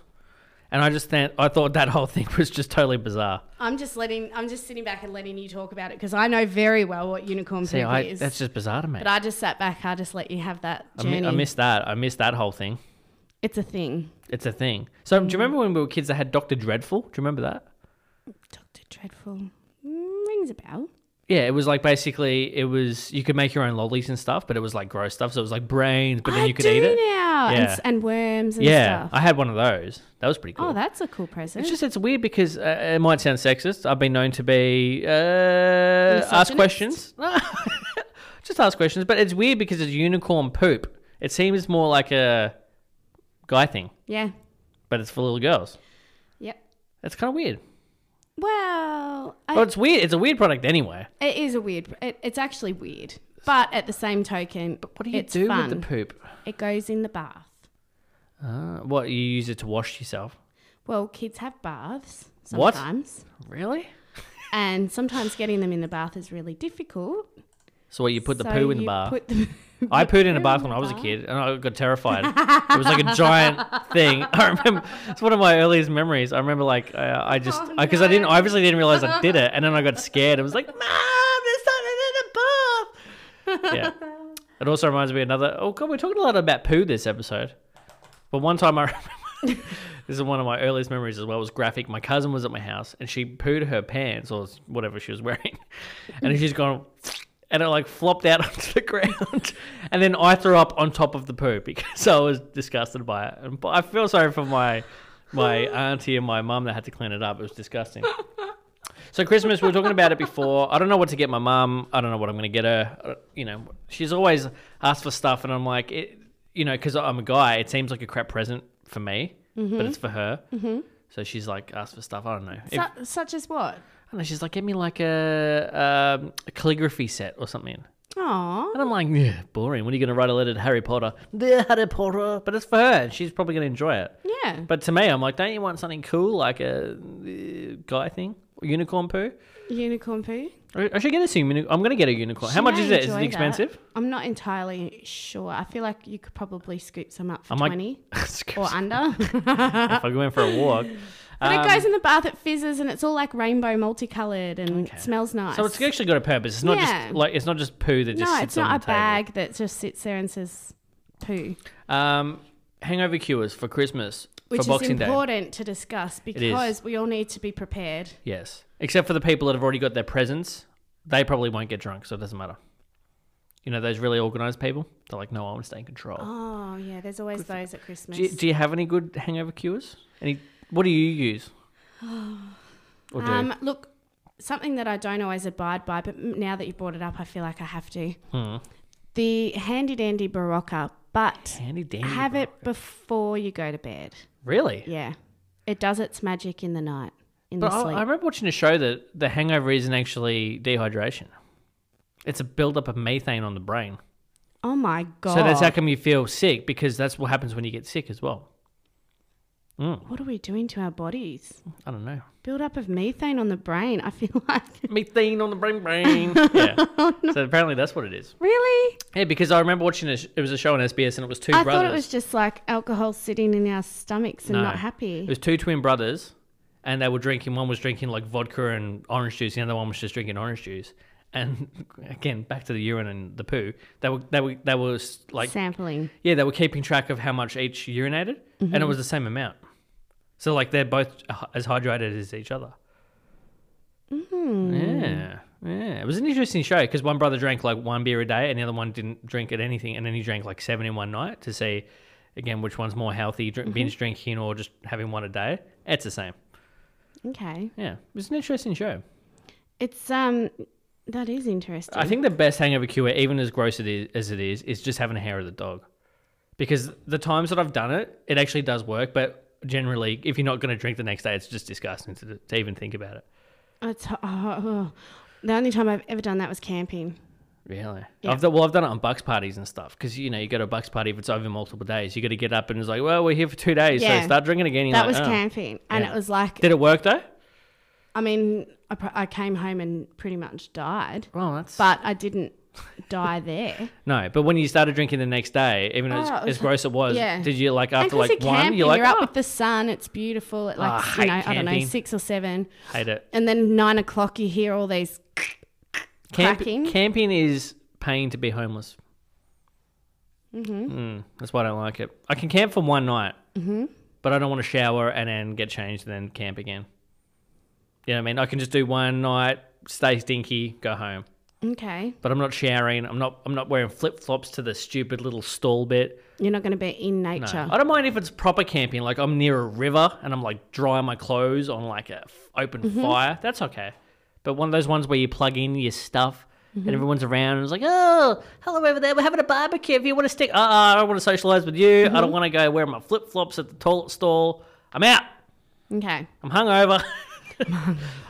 [SPEAKER 1] And I just th- I thought that whole thing <laughs> was just totally bizarre.
[SPEAKER 2] I'm just letting. I'm just sitting back and letting you talk about it because I know very well what unicorn
[SPEAKER 1] See,
[SPEAKER 2] poop
[SPEAKER 1] I,
[SPEAKER 2] is.
[SPEAKER 1] that's just bizarre to me.
[SPEAKER 2] but I just sat back. I just let you have that
[SPEAKER 1] I, mi-
[SPEAKER 2] journey.
[SPEAKER 1] I missed that. I missed that whole thing.
[SPEAKER 2] It's a thing.
[SPEAKER 1] It's a thing. So do you remember when we were kids? They had Doctor Dreadful. Do you remember that?
[SPEAKER 2] Doctor Dreadful Mm, rings a bell.
[SPEAKER 1] Yeah, it was like basically it was you could make your own lollies and stuff, but it was like gross stuff. So it was like brains, but then
[SPEAKER 2] I
[SPEAKER 1] you could
[SPEAKER 2] do
[SPEAKER 1] eat it.
[SPEAKER 2] now. And,
[SPEAKER 1] Yeah.
[SPEAKER 2] s- and worms and
[SPEAKER 1] Yeah,
[SPEAKER 2] stuff.
[SPEAKER 1] I had one of those. That was pretty cool.
[SPEAKER 2] Oh, that's a cool present.
[SPEAKER 1] It's just it's weird because uh, it might sound sexist. I've been known to be uh, ask
[SPEAKER 2] Misogynist?
[SPEAKER 1] questions, <laughs> just ask questions. But it's weird because it's unicorn poop. It seems more like a guy thing,
[SPEAKER 2] yeah.
[SPEAKER 1] but it's for little girls.
[SPEAKER 2] Yep.
[SPEAKER 1] That's kind of weird.
[SPEAKER 2] Well, I,
[SPEAKER 1] Oh, it's weird. It's a weird product anyway.
[SPEAKER 2] It is a weird. It, it's actually weird, but at the same token,
[SPEAKER 1] What do you
[SPEAKER 2] it's
[SPEAKER 1] do with
[SPEAKER 2] fun.
[SPEAKER 1] the poop?
[SPEAKER 2] It goes in the bath.
[SPEAKER 1] Uh, what you use it to wash yourself?
[SPEAKER 2] Well, kids have baths
[SPEAKER 1] What?
[SPEAKER 2] sometimes,
[SPEAKER 1] Really?
[SPEAKER 2] and sometimes getting them in the bath is really difficult.
[SPEAKER 1] So what you put the
[SPEAKER 2] So
[SPEAKER 1] poo in the
[SPEAKER 2] you
[SPEAKER 1] bath?
[SPEAKER 2] put the-
[SPEAKER 1] <laughs> I
[SPEAKER 2] put
[SPEAKER 1] pooed in a
[SPEAKER 2] poo
[SPEAKER 1] bath
[SPEAKER 2] in
[SPEAKER 1] when
[SPEAKER 2] the
[SPEAKER 1] I was a
[SPEAKER 2] bath.
[SPEAKER 1] kid, and I got terrified. it was like a giant thing. <laughs> I remember it's one of my earliest memories. I remember like uh, I just
[SPEAKER 2] Oh,
[SPEAKER 1] because I didn't
[SPEAKER 2] no.
[SPEAKER 1] I obviously didn't realize I did it, and then I got scared. It was like, Mom, there's something in the bath. Yeah. It also reminds me of another. Oh god, we're talking a lot about poo this episode. But one time I <laughs> remember this is one of my earliest memories as well. It was graphic. My cousin was at my house and she pooed her pants or whatever she was wearing, <laughs> and she's gone, and it like flopped out <laughs> onto the ground, <laughs> and then I threw up on top of the poo because I was disgusted by it. And but I feel sorry for my my auntie and my mum that had to clean it up. It was disgusting. So Christmas, we were talking about it before. I don't know what to get my mum. I don't know what I'm going to get her. I don't- You know, she's always asked for stuff, and I'm like, it, you know, because I'm a guy, it seems like a crap present for me, but it's for her. Mm-hmm. So she's like, asked for stuff. I don't know. If- I
[SPEAKER 2] Su- such as what?
[SPEAKER 1] don't know. She's like, get me like a, um, a calligraphy set or something.
[SPEAKER 2] Aw.
[SPEAKER 1] And I'm like, yeah, boring. When are you going to write a letter to Harry Potter? Yeah, Harry Potter. But it's for her. and She's probably going to enjoy it.
[SPEAKER 2] Yeah.
[SPEAKER 1] But to me, I'm like, don't you want something cool like a uh, guy thing? Unicorn poo?
[SPEAKER 2] Unicorn poo.
[SPEAKER 1] I I should get a unicorn. I'm going to get a unicorn. How
[SPEAKER 2] She
[SPEAKER 1] much
[SPEAKER 2] may
[SPEAKER 1] is it? Is
[SPEAKER 2] enjoy
[SPEAKER 1] it
[SPEAKER 2] that.
[SPEAKER 1] expensive? <laughs>
[SPEAKER 2] I'm not entirely sure. I feel like you could probably scoop some up for
[SPEAKER 1] I'm like-
[SPEAKER 2] 20
[SPEAKER 1] Excuse
[SPEAKER 2] or
[SPEAKER 1] me,
[SPEAKER 2] under.
[SPEAKER 1] <laughs> if I go in for a walk.
[SPEAKER 2] <laughs>
[SPEAKER 1] Um,
[SPEAKER 2] But it goes in the bath, it fizzes, and it's all like rainbow, multicolored, and smells nice.
[SPEAKER 1] So it's actually got a purpose. It's not
[SPEAKER 2] Yeah.
[SPEAKER 1] just like it's not just poo that just
[SPEAKER 2] no,
[SPEAKER 1] sits
[SPEAKER 2] it's not
[SPEAKER 1] on
[SPEAKER 2] a
[SPEAKER 1] the table.
[SPEAKER 2] bag that just sits there and says poo,
[SPEAKER 1] Um, hangover cures for Christmas
[SPEAKER 2] which
[SPEAKER 1] for
[SPEAKER 2] is
[SPEAKER 1] Boxing Day.
[SPEAKER 2] important to discuss
[SPEAKER 1] is.
[SPEAKER 2] because we all need to be prepared.
[SPEAKER 1] Yes, except for the people that have already got their presents, they probably won't get drunk, so it doesn't matter. You know those really organised people. They're like, no, I want to stay in control.
[SPEAKER 2] Oh yeah, there's always those at Christmas.
[SPEAKER 1] Do you, do you have any good hangover cures? Any? What do you use?
[SPEAKER 2] <sighs>
[SPEAKER 1] Or do?
[SPEAKER 2] um, look, something that I don't always abide by, but m- now that you brought it up, I feel like I have to.
[SPEAKER 1] Hmm.
[SPEAKER 2] The handy dandy barocca, but
[SPEAKER 1] Handy dandy.
[SPEAKER 2] have it before you go to bed.
[SPEAKER 1] Really?
[SPEAKER 2] Yeah, it does its magic in the night in
[SPEAKER 1] But
[SPEAKER 2] the
[SPEAKER 1] I,
[SPEAKER 2] sleep.
[SPEAKER 1] I remember watching a show that the hangover isn't actually dehydration. It's a buildup of methane on the brain.
[SPEAKER 2] oh my god!
[SPEAKER 1] So that's how come you feel sick because that's what happens when you get sick as well.
[SPEAKER 2] what are we doing to our bodies?
[SPEAKER 1] I don't
[SPEAKER 2] <laughs>
[SPEAKER 1] know.
[SPEAKER 2] Build up of methane on the brain. I feel <laughs> like
[SPEAKER 1] Methane on the brain,
[SPEAKER 2] <laughs>
[SPEAKER 1] brain. yeah.
[SPEAKER 2] Oh,
[SPEAKER 1] So apparently that's what it is.
[SPEAKER 2] really.
[SPEAKER 1] Yeah, because I remember watching a sh- it was a show on SBS and it was two
[SPEAKER 2] I
[SPEAKER 1] brothers.
[SPEAKER 2] thought it was just like alcohol sitting in our stomachs and
[SPEAKER 1] No.
[SPEAKER 2] not happy.
[SPEAKER 1] It was two twin brothers, and they were drinking. One was drinking like vodka and orange juice. The other one was just drinking orange juice. and <laughs> again back to the urine and the poo. They were they were they were s- like
[SPEAKER 2] Sampling.
[SPEAKER 1] yeah, they were keeping track of how much each urinated, and it was the same amount. So like they're both h- as hydrated as each other. Yeah, yeah. It was an interesting show because one brother drank like one beer a day, and the other one didn't drink at anything, and then he drank like seven in one night to see again which one's more healthy, drink, binge drinking or just having one a day. It's the same.
[SPEAKER 2] Okay.
[SPEAKER 1] Yeah, it was an interesting show.
[SPEAKER 2] It's um that is interesting.
[SPEAKER 1] I think the best hangover cure, even as gross it is, as it is, is just having a hair of the dog. Because the times that I've done it, it actually does work. But generally, if you're not going to drink the next day, it's just disgusting to, to even think about it.
[SPEAKER 2] It's, oh, oh. The only time I've ever done that was camping.
[SPEAKER 1] Really?
[SPEAKER 2] Yeah.
[SPEAKER 1] I've done, well, I've done it on bucks parties and stuff. Because, you know, you go to a bucks party, if it's over multiple days, you got to get up and it's like, well, we're here for two days.
[SPEAKER 2] Yeah.
[SPEAKER 1] So start drinking again. You're
[SPEAKER 2] that
[SPEAKER 1] like,
[SPEAKER 2] was
[SPEAKER 1] oh.
[SPEAKER 2] camping, and
[SPEAKER 1] Yeah.
[SPEAKER 2] it was like
[SPEAKER 1] Did it work though?
[SPEAKER 2] I mean, I, pr- I came home and pretty much died,
[SPEAKER 1] Well, that's.
[SPEAKER 2] but I didn't die there.
[SPEAKER 1] no, but when you started drinking the next day, even
[SPEAKER 2] Oh, it
[SPEAKER 1] as,
[SPEAKER 2] was
[SPEAKER 1] as gross it was,
[SPEAKER 2] yeah.
[SPEAKER 1] did you like
[SPEAKER 2] And
[SPEAKER 1] after
[SPEAKER 2] 'cause
[SPEAKER 1] like
[SPEAKER 2] you're
[SPEAKER 1] one,
[SPEAKER 2] camping,
[SPEAKER 1] you're like,
[SPEAKER 2] you're up
[SPEAKER 1] "Oh,
[SPEAKER 2] with the sun, it's beautiful at
[SPEAKER 1] I
[SPEAKER 2] like
[SPEAKER 1] hate
[SPEAKER 2] you know I don't know
[SPEAKER 1] camping.
[SPEAKER 2] six or seven,
[SPEAKER 1] hate it.
[SPEAKER 2] and then nine o'clock you hear all these.
[SPEAKER 1] Camp-
[SPEAKER 2] Cracking.
[SPEAKER 1] Camping is paying to be homeless. Mm, that's why I don't like it. I can camp for one night, mm-hmm. but I don't want to shower and then get changed and then camp again. You know what I mean? I can just do one night, stay stinky, go home.
[SPEAKER 2] Okay,
[SPEAKER 1] But I'm not showering. I'm not. I'm not wearing flip flops to the stupid little stall bit.
[SPEAKER 2] you're not going to be in
[SPEAKER 1] No.
[SPEAKER 2] nature.
[SPEAKER 1] I don't mind if it's proper camping. Like I'm near a river and I'm like drying my clothes on like a f- open fire. That's okay. But one of those ones where you plug in your stuff and everyone's around and it's like, oh, hello over there. We're having a barbecue. If you want to stick, uh, uh, I don't want to socialize with you. I don't want to go wear my flip flops at the toilet stall. I'm out.
[SPEAKER 2] Okay,
[SPEAKER 1] I'm hungover.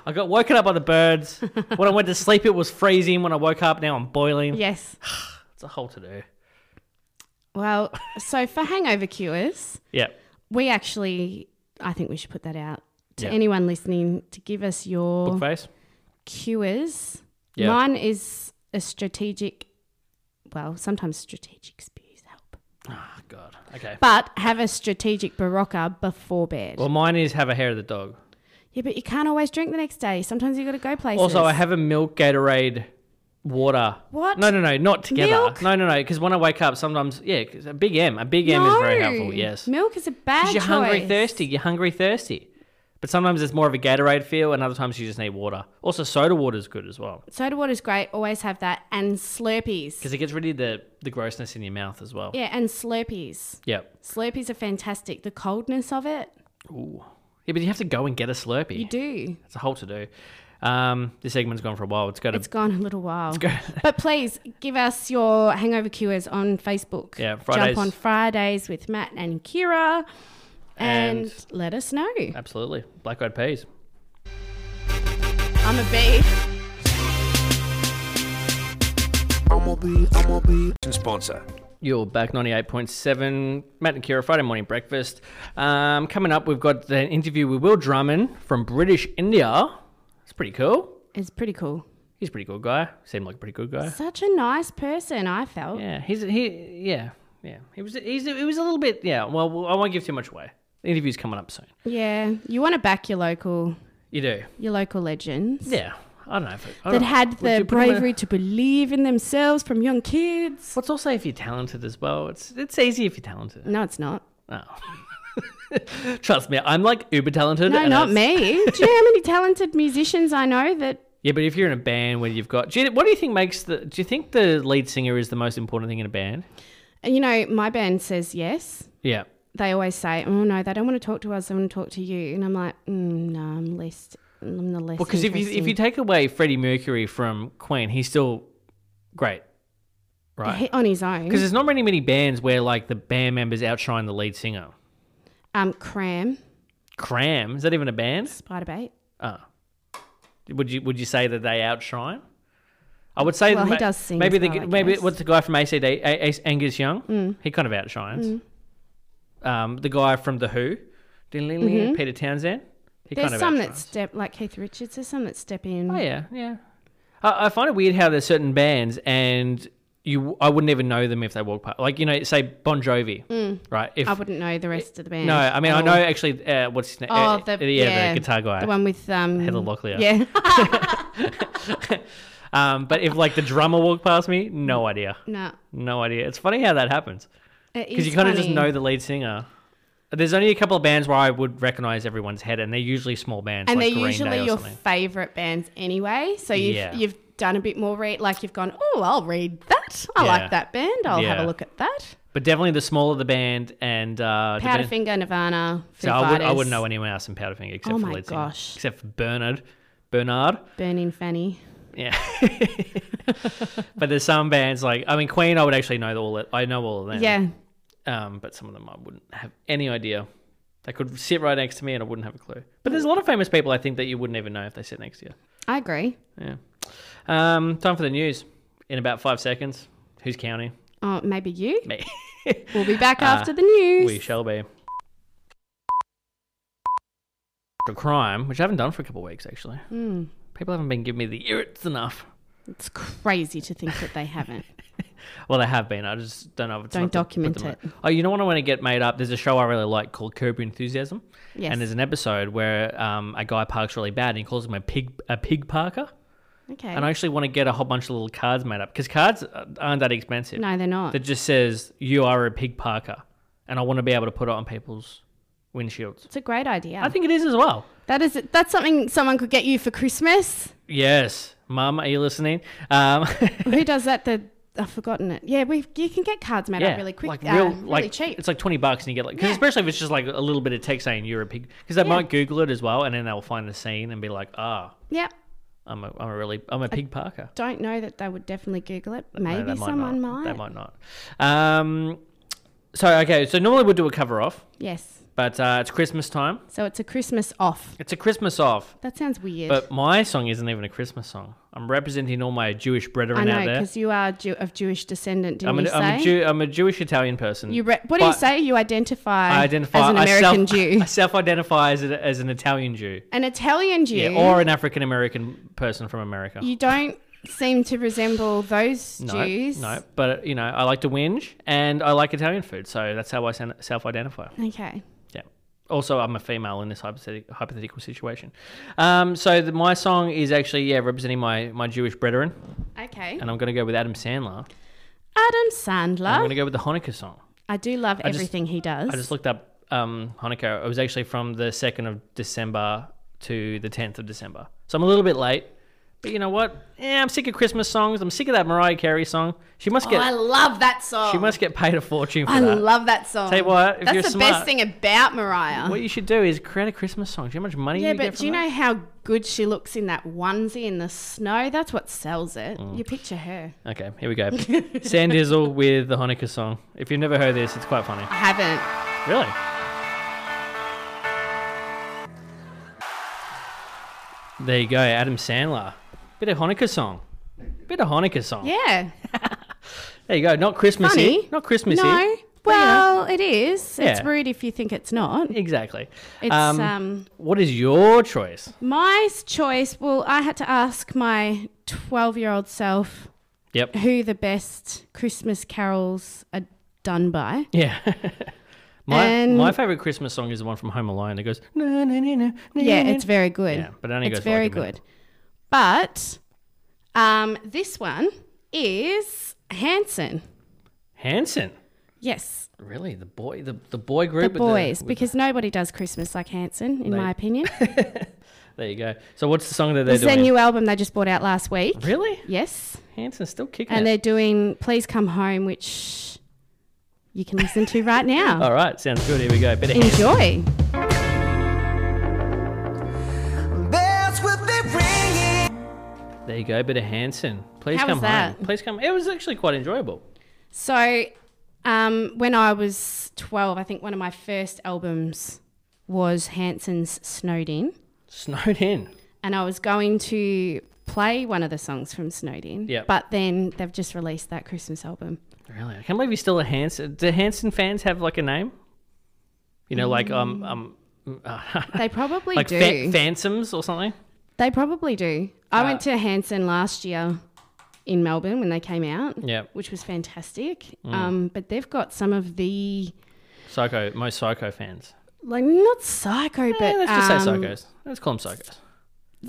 [SPEAKER 1] I got woken up by the birds. when I went to sleep, it was freezing. When I woke up, now I'm boiling. <sighs>
[SPEAKER 2] yes.
[SPEAKER 1] It's a whole to do.
[SPEAKER 2] Well, so for hangover cures,
[SPEAKER 1] Yeah.
[SPEAKER 2] we actually I think we should put that out to
[SPEAKER 1] Yeah.
[SPEAKER 2] anyone listening to give us your
[SPEAKER 1] Book face.
[SPEAKER 2] cures.
[SPEAKER 1] Yeah.
[SPEAKER 2] Mine is a strategic, well, sometimes strategic spews help,
[SPEAKER 1] Oh, God. Okay.
[SPEAKER 2] but have a strategic barocca before bed.
[SPEAKER 1] Well, mine is have a hair of the dog.
[SPEAKER 2] yeah, but you can't always drink the next day. Sometimes you got to go places.
[SPEAKER 1] Also, I have a milk Gatorade water.
[SPEAKER 2] What?
[SPEAKER 1] No, no, no, not together.
[SPEAKER 2] Milk?
[SPEAKER 1] No, no, no. Because when I wake up, sometimes yeah, 'cause a big M, a big M is very helpful. Yes,
[SPEAKER 2] milk is a bad.
[SPEAKER 1] 'Cause you're hungry,
[SPEAKER 2] choice.
[SPEAKER 1] thirsty. You're hungry, thirsty. But sometimes it's more of a Gatorade feel, and other times you just need water. Also, soda water is good as well
[SPEAKER 2] Soda water is great. Always have that and Slurpees.
[SPEAKER 1] because it gets rid of the the grossness in your mouth as well.
[SPEAKER 2] Yeah, and Slurpees.
[SPEAKER 1] Yep.
[SPEAKER 2] Slurpees are fantastic. The coldness of it,
[SPEAKER 1] Ooh. Yeah, but you have to go and get a Slurpee.
[SPEAKER 2] you do.
[SPEAKER 1] It's a whole to do. Um, this segment's gone for a while. It's got to
[SPEAKER 2] It's gone a little while. but please give us your hangover cures on Facebook.
[SPEAKER 1] Yeah, Fridays.
[SPEAKER 2] Jump on Fridays with Matt and Kira and,
[SPEAKER 1] And-
[SPEAKER 2] let us know.
[SPEAKER 1] absolutely black eyed peas.
[SPEAKER 2] I'm a bee.
[SPEAKER 5] Sponsor.
[SPEAKER 1] You're back 98.7, Matt and Kira, Friday morning breakfast. Um, coming up, we've got an interview with Will Drummond from British India. It's pretty cool.
[SPEAKER 2] It's pretty cool.
[SPEAKER 1] He's a pretty good guy. Seemed like a pretty good guy.
[SPEAKER 2] Such a nice person, I felt.
[SPEAKER 1] Yeah, he's he yeah yeah. He was he's he was a little bit yeah. Well, I won't give too much away. The interview's coming up soon.
[SPEAKER 2] Yeah. You want to back your local
[SPEAKER 1] You do.
[SPEAKER 2] your local legends
[SPEAKER 1] Yeah, I don't know if it, I
[SPEAKER 2] that
[SPEAKER 1] don't-
[SPEAKER 2] had
[SPEAKER 1] would
[SPEAKER 2] the
[SPEAKER 1] you put him in a-
[SPEAKER 2] bravery to believe in themselves from young kids.
[SPEAKER 1] What's also if you're talented as well. It's it's easy if you're talented.
[SPEAKER 2] No, it's not.
[SPEAKER 1] Oh. <laughs> Trust me, I'm like uber talented.
[SPEAKER 2] No,
[SPEAKER 1] and <laughs>
[SPEAKER 2] not
[SPEAKER 1] I-
[SPEAKER 2] me. Do you know how many talented musicians I know that
[SPEAKER 1] Yeah, but if you're in a band where you've got, do you, what do you think makes the? Do you think the lead singer is the most important thing in a band?
[SPEAKER 2] you know, my band says yes.
[SPEAKER 1] Yeah,
[SPEAKER 2] they always say, "Oh no, they don't want to talk to us. They want to talk to you." And I'm like, mm, "No, I'm least. I'm the least."
[SPEAKER 1] because if you if you
[SPEAKER 2] interesting."
[SPEAKER 1] take away Freddie Mercury from Queen, he's still great, right?
[SPEAKER 2] He- on his own,
[SPEAKER 1] Because there's not many many bands where like the band members outshine the lead singer.
[SPEAKER 2] um, cram
[SPEAKER 1] Cram is that even a band?
[SPEAKER 2] spider bait.
[SPEAKER 1] Oh. would you would you say that they outshine? I would say
[SPEAKER 2] Well,
[SPEAKER 1] that
[SPEAKER 2] he does sing
[SPEAKER 1] Maybe
[SPEAKER 2] as
[SPEAKER 1] the
[SPEAKER 2] well, I
[SPEAKER 1] maybe
[SPEAKER 2] guess. Mm.
[SPEAKER 1] what's the guy from ACD A- A- Angus Young? He kind of outshines. Um, the guy from the Who, Peter Townsend. He
[SPEAKER 2] Mm-hmm. There's
[SPEAKER 1] kind of
[SPEAKER 2] some that
[SPEAKER 1] outshines.
[SPEAKER 2] step like Keith Richards. There's some that step in.
[SPEAKER 1] Oh yeah, yeah. I, I find it weird how there's certain bands and you I wouldn't even know them if they walk past. Like you know, say Bon Jovi, right? If
[SPEAKER 2] Mm. I wouldn't know the rest of the band.
[SPEAKER 1] no, I mean
[SPEAKER 2] at
[SPEAKER 1] I know
[SPEAKER 2] all.
[SPEAKER 1] actually uh, what's his name?
[SPEAKER 2] Oh,
[SPEAKER 1] Uh,
[SPEAKER 2] the
[SPEAKER 1] yeah, the guitar guy.
[SPEAKER 2] the one with um,
[SPEAKER 1] Heather Locklear.
[SPEAKER 2] Yeah,
[SPEAKER 1] Um, but if like the drummer walked past me, no
[SPEAKER 2] Mm.
[SPEAKER 1] idea,
[SPEAKER 2] No,
[SPEAKER 1] no idea. It's funny how that happens because
[SPEAKER 2] because
[SPEAKER 1] you kind of just know the lead singer. There's only a couple of bands where I would recognize everyone's head, and they're usually small bands,
[SPEAKER 2] and
[SPEAKER 1] like
[SPEAKER 2] they're
[SPEAKER 1] Green Day
[SPEAKER 2] usually
[SPEAKER 1] or
[SPEAKER 2] your
[SPEAKER 1] something.
[SPEAKER 2] favorite bands anyway. So you've
[SPEAKER 1] Yeah.
[SPEAKER 2] you've done a bit more read, like you've gone, oh, I'll read that. I
[SPEAKER 1] Yeah.
[SPEAKER 2] like that band. I'll have
[SPEAKER 1] Yeah.
[SPEAKER 2] a look at that.
[SPEAKER 1] But definitely the smaller the band, and uh, depend-
[SPEAKER 2] Powderfinger, Nirvana, Foo
[SPEAKER 1] so I, would, I
[SPEAKER 2] Fighters,
[SPEAKER 1] wouldn't know anyone else in Powderfinger except
[SPEAKER 2] Oh
[SPEAKER 1] for
[SPEAKER 2] my
[SPEAKER 1] lead singer,
[SPEAKER 2] gosh.
[SPEAKER 1] except for Bernard. Bernard,
[SPEAKER 2] Burning Fanny.
[SPEAKER 1] yeah. <laughs> but there's some bands like I mean Queen. I would actually know all. That, I know all of them.
[SPEAKER 2] Yeah,
[SPEAKER 1] Um, but some of them I wouldn't have any idea. They could sit right next to me and I wouldn't have a clue. But there's a lot of famous people I think that you wouldn't even know if they sit next to you.
[SPEAKER 2] I agree.
[SPEAKER 1] Yeah. Um, time for the news in about five seconds. Who's counting?
[SPEAKER 2] Oh, maybe you.
[SPEAKER 1] Me.
[SPEAKER 2] <laughs>
[SPEAKER 1] Uh,
[SPEAKER 2] We'll be back after the news.
[SPEAKER 1] we shall be. A crime, which I haven't done for a couple of weeks actually.
[SPEAKER 2] Mm,
[SPEAKER 1] People haven't been giving me the irrits enough.
[SPEAKER 2] it's crazy to think that
[SPEAKER 1] <laughs>
[SPEAKER 2] they haven't.
[SPEAKER 1] Well, they have been. I just don't know if it's
[SPEAKER 2] Don't
[SPEAKER 1] enough to put
[SPEAKER 2] document
[SPEAKER 1] them up.
[SPEAKER 2] it.
[SPEAKER 1] Oh, you know what I want to get made up? There's a show I really like called Curb Your Enthusiasm.
[SPEAKER 2] Yes.
[SPEAKER 1] And there's an episode where um, a guy parks really bad and he calls him a pig a pig parker.
[SPEAKER 2] Okay.
[SPEAKER 1] And I actually want to get a whole bunch of little cards made up because cards uh, aren't that expensive.
[SPEAKER 2] no, they're not.
[SPEAKER 1] That just says you are a pig parker, and I want to be able to put it on people's windshields.
[SPEAKER 2] It's a great idea.
[SPEAKER 1] I think it is as well.
[SPEAKER 2] that is that's something someone could get you for Christmas.
[SPEAKER 1] Yes, Mum, are you listening?
[SPEAKER 2] <laughs>
[SPEAKER 1] Um,
[SPEAKER 2] Who does that? The I've forgotten it. Yeah, we you can get cards made
[SPEAKER 1] yeah,
[SPEAKER 2] up really quick,
[SPEAKER 1] like
[SPEAKER 2] uh,
[SPEAKER 1] real,
[SPEAKER 2] really
[SPEAKER 1] like
[SPEAKER 2] cheap.
[SPEAKER 1] It's like twenty bucks, and you get like because
[SPEAKER 2] Yeah.
[SPEAKER 1] especially if it's just like a little bit of text saying you're a pig, because they
[SPEAKER 2] Yeah.
[SPEAKER 1] might Google it as well, and then they'll find the scene and be like, ah,
[SPEAKER 2] yep.
[SPEAKER 1] I'm a, I'm a really I'm a pig parker.
[SPEAKER 2] Don't know that they would definitely Google it.
[SPEAKER 1] No,
[SPEAKER 2] Maybe
[SPEAKER 1] they might
[SPEAKER 2] someone
[SPEAKER 1] not.
[SPEAKER 2] might.
[SPEAKER 1] They might not. Um, so okay, so normally we'll do a cover off,
[SPEAKER 2] Yes.
[SPEAKER 1] but uh, it's Christmas time.
[SPEAKER 2] So it's a Christmas off.
[SPEAKER 1] It's a Christmas off,
[SPEAKER 2] That sounds weird.
[SPEAKER 1] but my song isn't even a Christmas song. I'm representing all my Jewish
[SPEAKER 2] I
[SPEAKER 1] brethren
[SPEAKER 2] know
[SPEAKER 1] out there.
[SPEAKER 2] because you are Jew- of Jewish descendant. Didn't
[SPEAKER 1] I'm
[SPEAKER 2] you
[SPEAKER 1] a,
[SPEAKER 2] say?
[SPEAKER 1] I'm, a Jew, I'm a Jewish Italian person.
[SPEAKER 2] you re- what do you
[SPEAKER 1] but
[SPEAKER 2] say? You identify,
[SPEAKER 1] I identify
[SPEAKER 2] as an
[SPEAKER 1] I <laughs>
[SPEAKER 2] American
[SPEAKER 1] self,
[SPEAKER 2] Jew,
[SPEAKER 1] I self-identify as, a, as an Italian Jew,
[SPEAKER 2] an Italian Jew.
[SPEAKER 1] yeah, or an African American person from America.
[SPEAKER 2] you don't seem to resemble those
[SPEAKER 1] no,
[SPEAKER 2] Jews.
[SPEAKER 1] no, but you know, I like to whinge and I like Italian food, so that's how I sen- self-identify.
[SPEAKER 2] Okay.
[SPEAKER 1] Yeah. Also, I'm a female in this hypothetical, hypothetical situation. Um, so the, my song is actually yeah representing my, my Jewish brethren,
[SPEAKER 2] Okay.
[SPEAKER 1] and I'm going to go with Adam Sandler.
[SPEAKER 2] Adam Sandler.
[SPEAKER 1] I'm going to go with the Hanukkah song.
[SPEAKER 2] I do love
[SPEAKER 1] just-
[SPEAKER 2] everything he does.
[SPEAKER 1] I just looked up um, Hanukkah. It was actually from the second of December to the tenth of December. So I'm a little bit late, but you know what? Yeah, I'm sick of Christmas songs. I'm sick of that Mariah Carey song. She must
[SPEAKER 2] Oh,
[SPEAKER 1] get
[SPEAKER 2] I love that song.
[SPEAKER 1] she must get paid a fortune for
[SPEAKER 2] I
[SPEAKER 1] that.
[SPEAKER 2] love that song.
[SPEAKER 1] Tell you what, if
[SPEAKER 2] that's
[SPEAKER 1] you're
[SPEAKER 2] the
[SPEAKER 1] smart-
[SPEAKER 2] best thing about Mariah.
[SPEAKER 1] what you should do is create a Christmas song. Do you know how much money
[SPEAKER 2] yeah,
[SPEAKER 1] you get
[SPEAKER 2] but
[SPEAKER 1] from
[SPEAKER 2] do you
[SPEAKER 1] that?
[SPEAKER 2] know how good she looks in that onesie in the snow? That's what sells it.
[SPEAKER 1] Mm.
[SPEAKER 2] You picture her.
[SPEAKER 1] Okay, here we go. Sandizzle with the Hanukkah song. If you've never heard this, it's quite funny.
[SPEAKER 2] I haven't.
[SPEAKER 1] Really? There you go, Adam Sandler. Bit of Hanukkah song. Bit of Hanukkah song.
[SPEAKER 2] Yeah.
[SPEAKER 1] There you go. Not Christmas.
[SPEAKER 2] Funny.
[SPEAKER 1] Not Christmas.
[SPEAKER 2] No. Well, it is. It's
[SPEAKER 1] Yeah.
[SPEAKER 2] rude if you think it's not.
[SPEAKER 1] Exactly.
[SPEAKER 2] It's
[SPEAKER 1] Um,
[SPEAKER 2] um
[SPEAKER 1] what is your choice?
[SPEAKER 2] my choice. Well, I had to ask my 12-year-old self <laughs>
[SPEAKER 1] Yep.
[SPEAKER 2] who the best Christmas carols are done by.
[SPEAKER 1] Yeah. <laughs> my
[SPEAKER 2] And-
[SPEAKER 1] my favorite Christmas song is the one from Home Alone that goes. "Na, na, na, na, na,
[SPEAKER 2] Yeah,
[SPEAKER 1] na."
[SPEAKER 2] it's very good.
[SPEAKER 1] Yeah, but it only
[SPEAKER 2] it's
[SPEAKER 1] goes for, like,
[SPEAKER 2] very
[SPEAKER 1] a minute.
[SPEAKER 2] good. But um, this one is Hanson.
[SPEAKER 1] Hanson.
[SPEAKER 2] Yes,
[SPEAKER 1] Really, the boy, the, the boy
[SPEAKER 2] the
[SPEAKER 1] group. with
[SPEAKER 2] boys,
[SPEAKER 1] with
[SPEAKER 2] because nobody does Christmas like Hanson,
[SPEAKER 1] <laughs>
[SPEAKER 2] in
[SPEAKER 1] They-
[SPEAKER 2] my opinion.
[SPEAKER 1] There you go. So what's the song that they're
[SPEAKER 2] It's their
[SPEAKER 1] doing?
[SPEAKER 2] new album they just brought out last week.
[SPEAKER 1] really?
[SPEAKER 2] Yes,
[SPEAKER 1] Hanson's still kicking
[SPEAKER 2] and
[SPEAKER 1] it.
[SPEAKER 2] they're doing "Please Come Home," which you can listen
[SPEAKER 1] <laughs>
[SPEAKER 2] to right now.
[SPEAKER 1] All right, sounds good. Here we go. Bit of Hanson.
[SPEAKER 2] Enjoy.
[SPEAKER 3] Bells will be ringing.
[SPEAKER 1] There you go. Bit of Hanson. Please
[SPEAKER 2] How was
[SPEAKER 1] come
[SPEAKER 2] that?
[SPEAKER 1] home. Please come. It was actually quite enjoyable.
[SPEAKER 2] So, um, when I was twelve, I think one of my first albums was Hanson's "Snowed In."
[SPEAKER 1] Snowed in.
[SPEAKER 2] and I was going to play one of the songs from Snowden.
[SPEAKER 1] Yep.
[SPEAKER 2] But then they've just released that Christmas album.
[SPEAKER 1] Really, I can't believe you're still a Hanson. Do Hanson fans have like a name? You know, like um um,
[SPEAKER 2] Mm, They
[SPEAKER 1] <laughs>
[SPEAKER 2] probably
[SPEAKER 1] like
[SPEAKER 2] do.
[SPEAKER 1] fa- Fansoms or something.
[SPEAKER 2] they probably do. I went
[SPEAKER 1] Uh,
[SPEAKER 2] to Hanson last year in Melbourne when they came out.
[SPEAKER 1] Yep.
[SPEAKER 2] Which was fantastic.
[SPEAKER 1] Mm.
[SPEAKER 2] Um, but they've got some of the
[SPEAKER 1] Psycho, most psycho fans.
[SPEAKER 2] like not psycho, but
[SPEAKER 1] Eh, let's just
[SPEAKER 2] um,
[SPEAKER 1] say psychos. Let's call them psychos.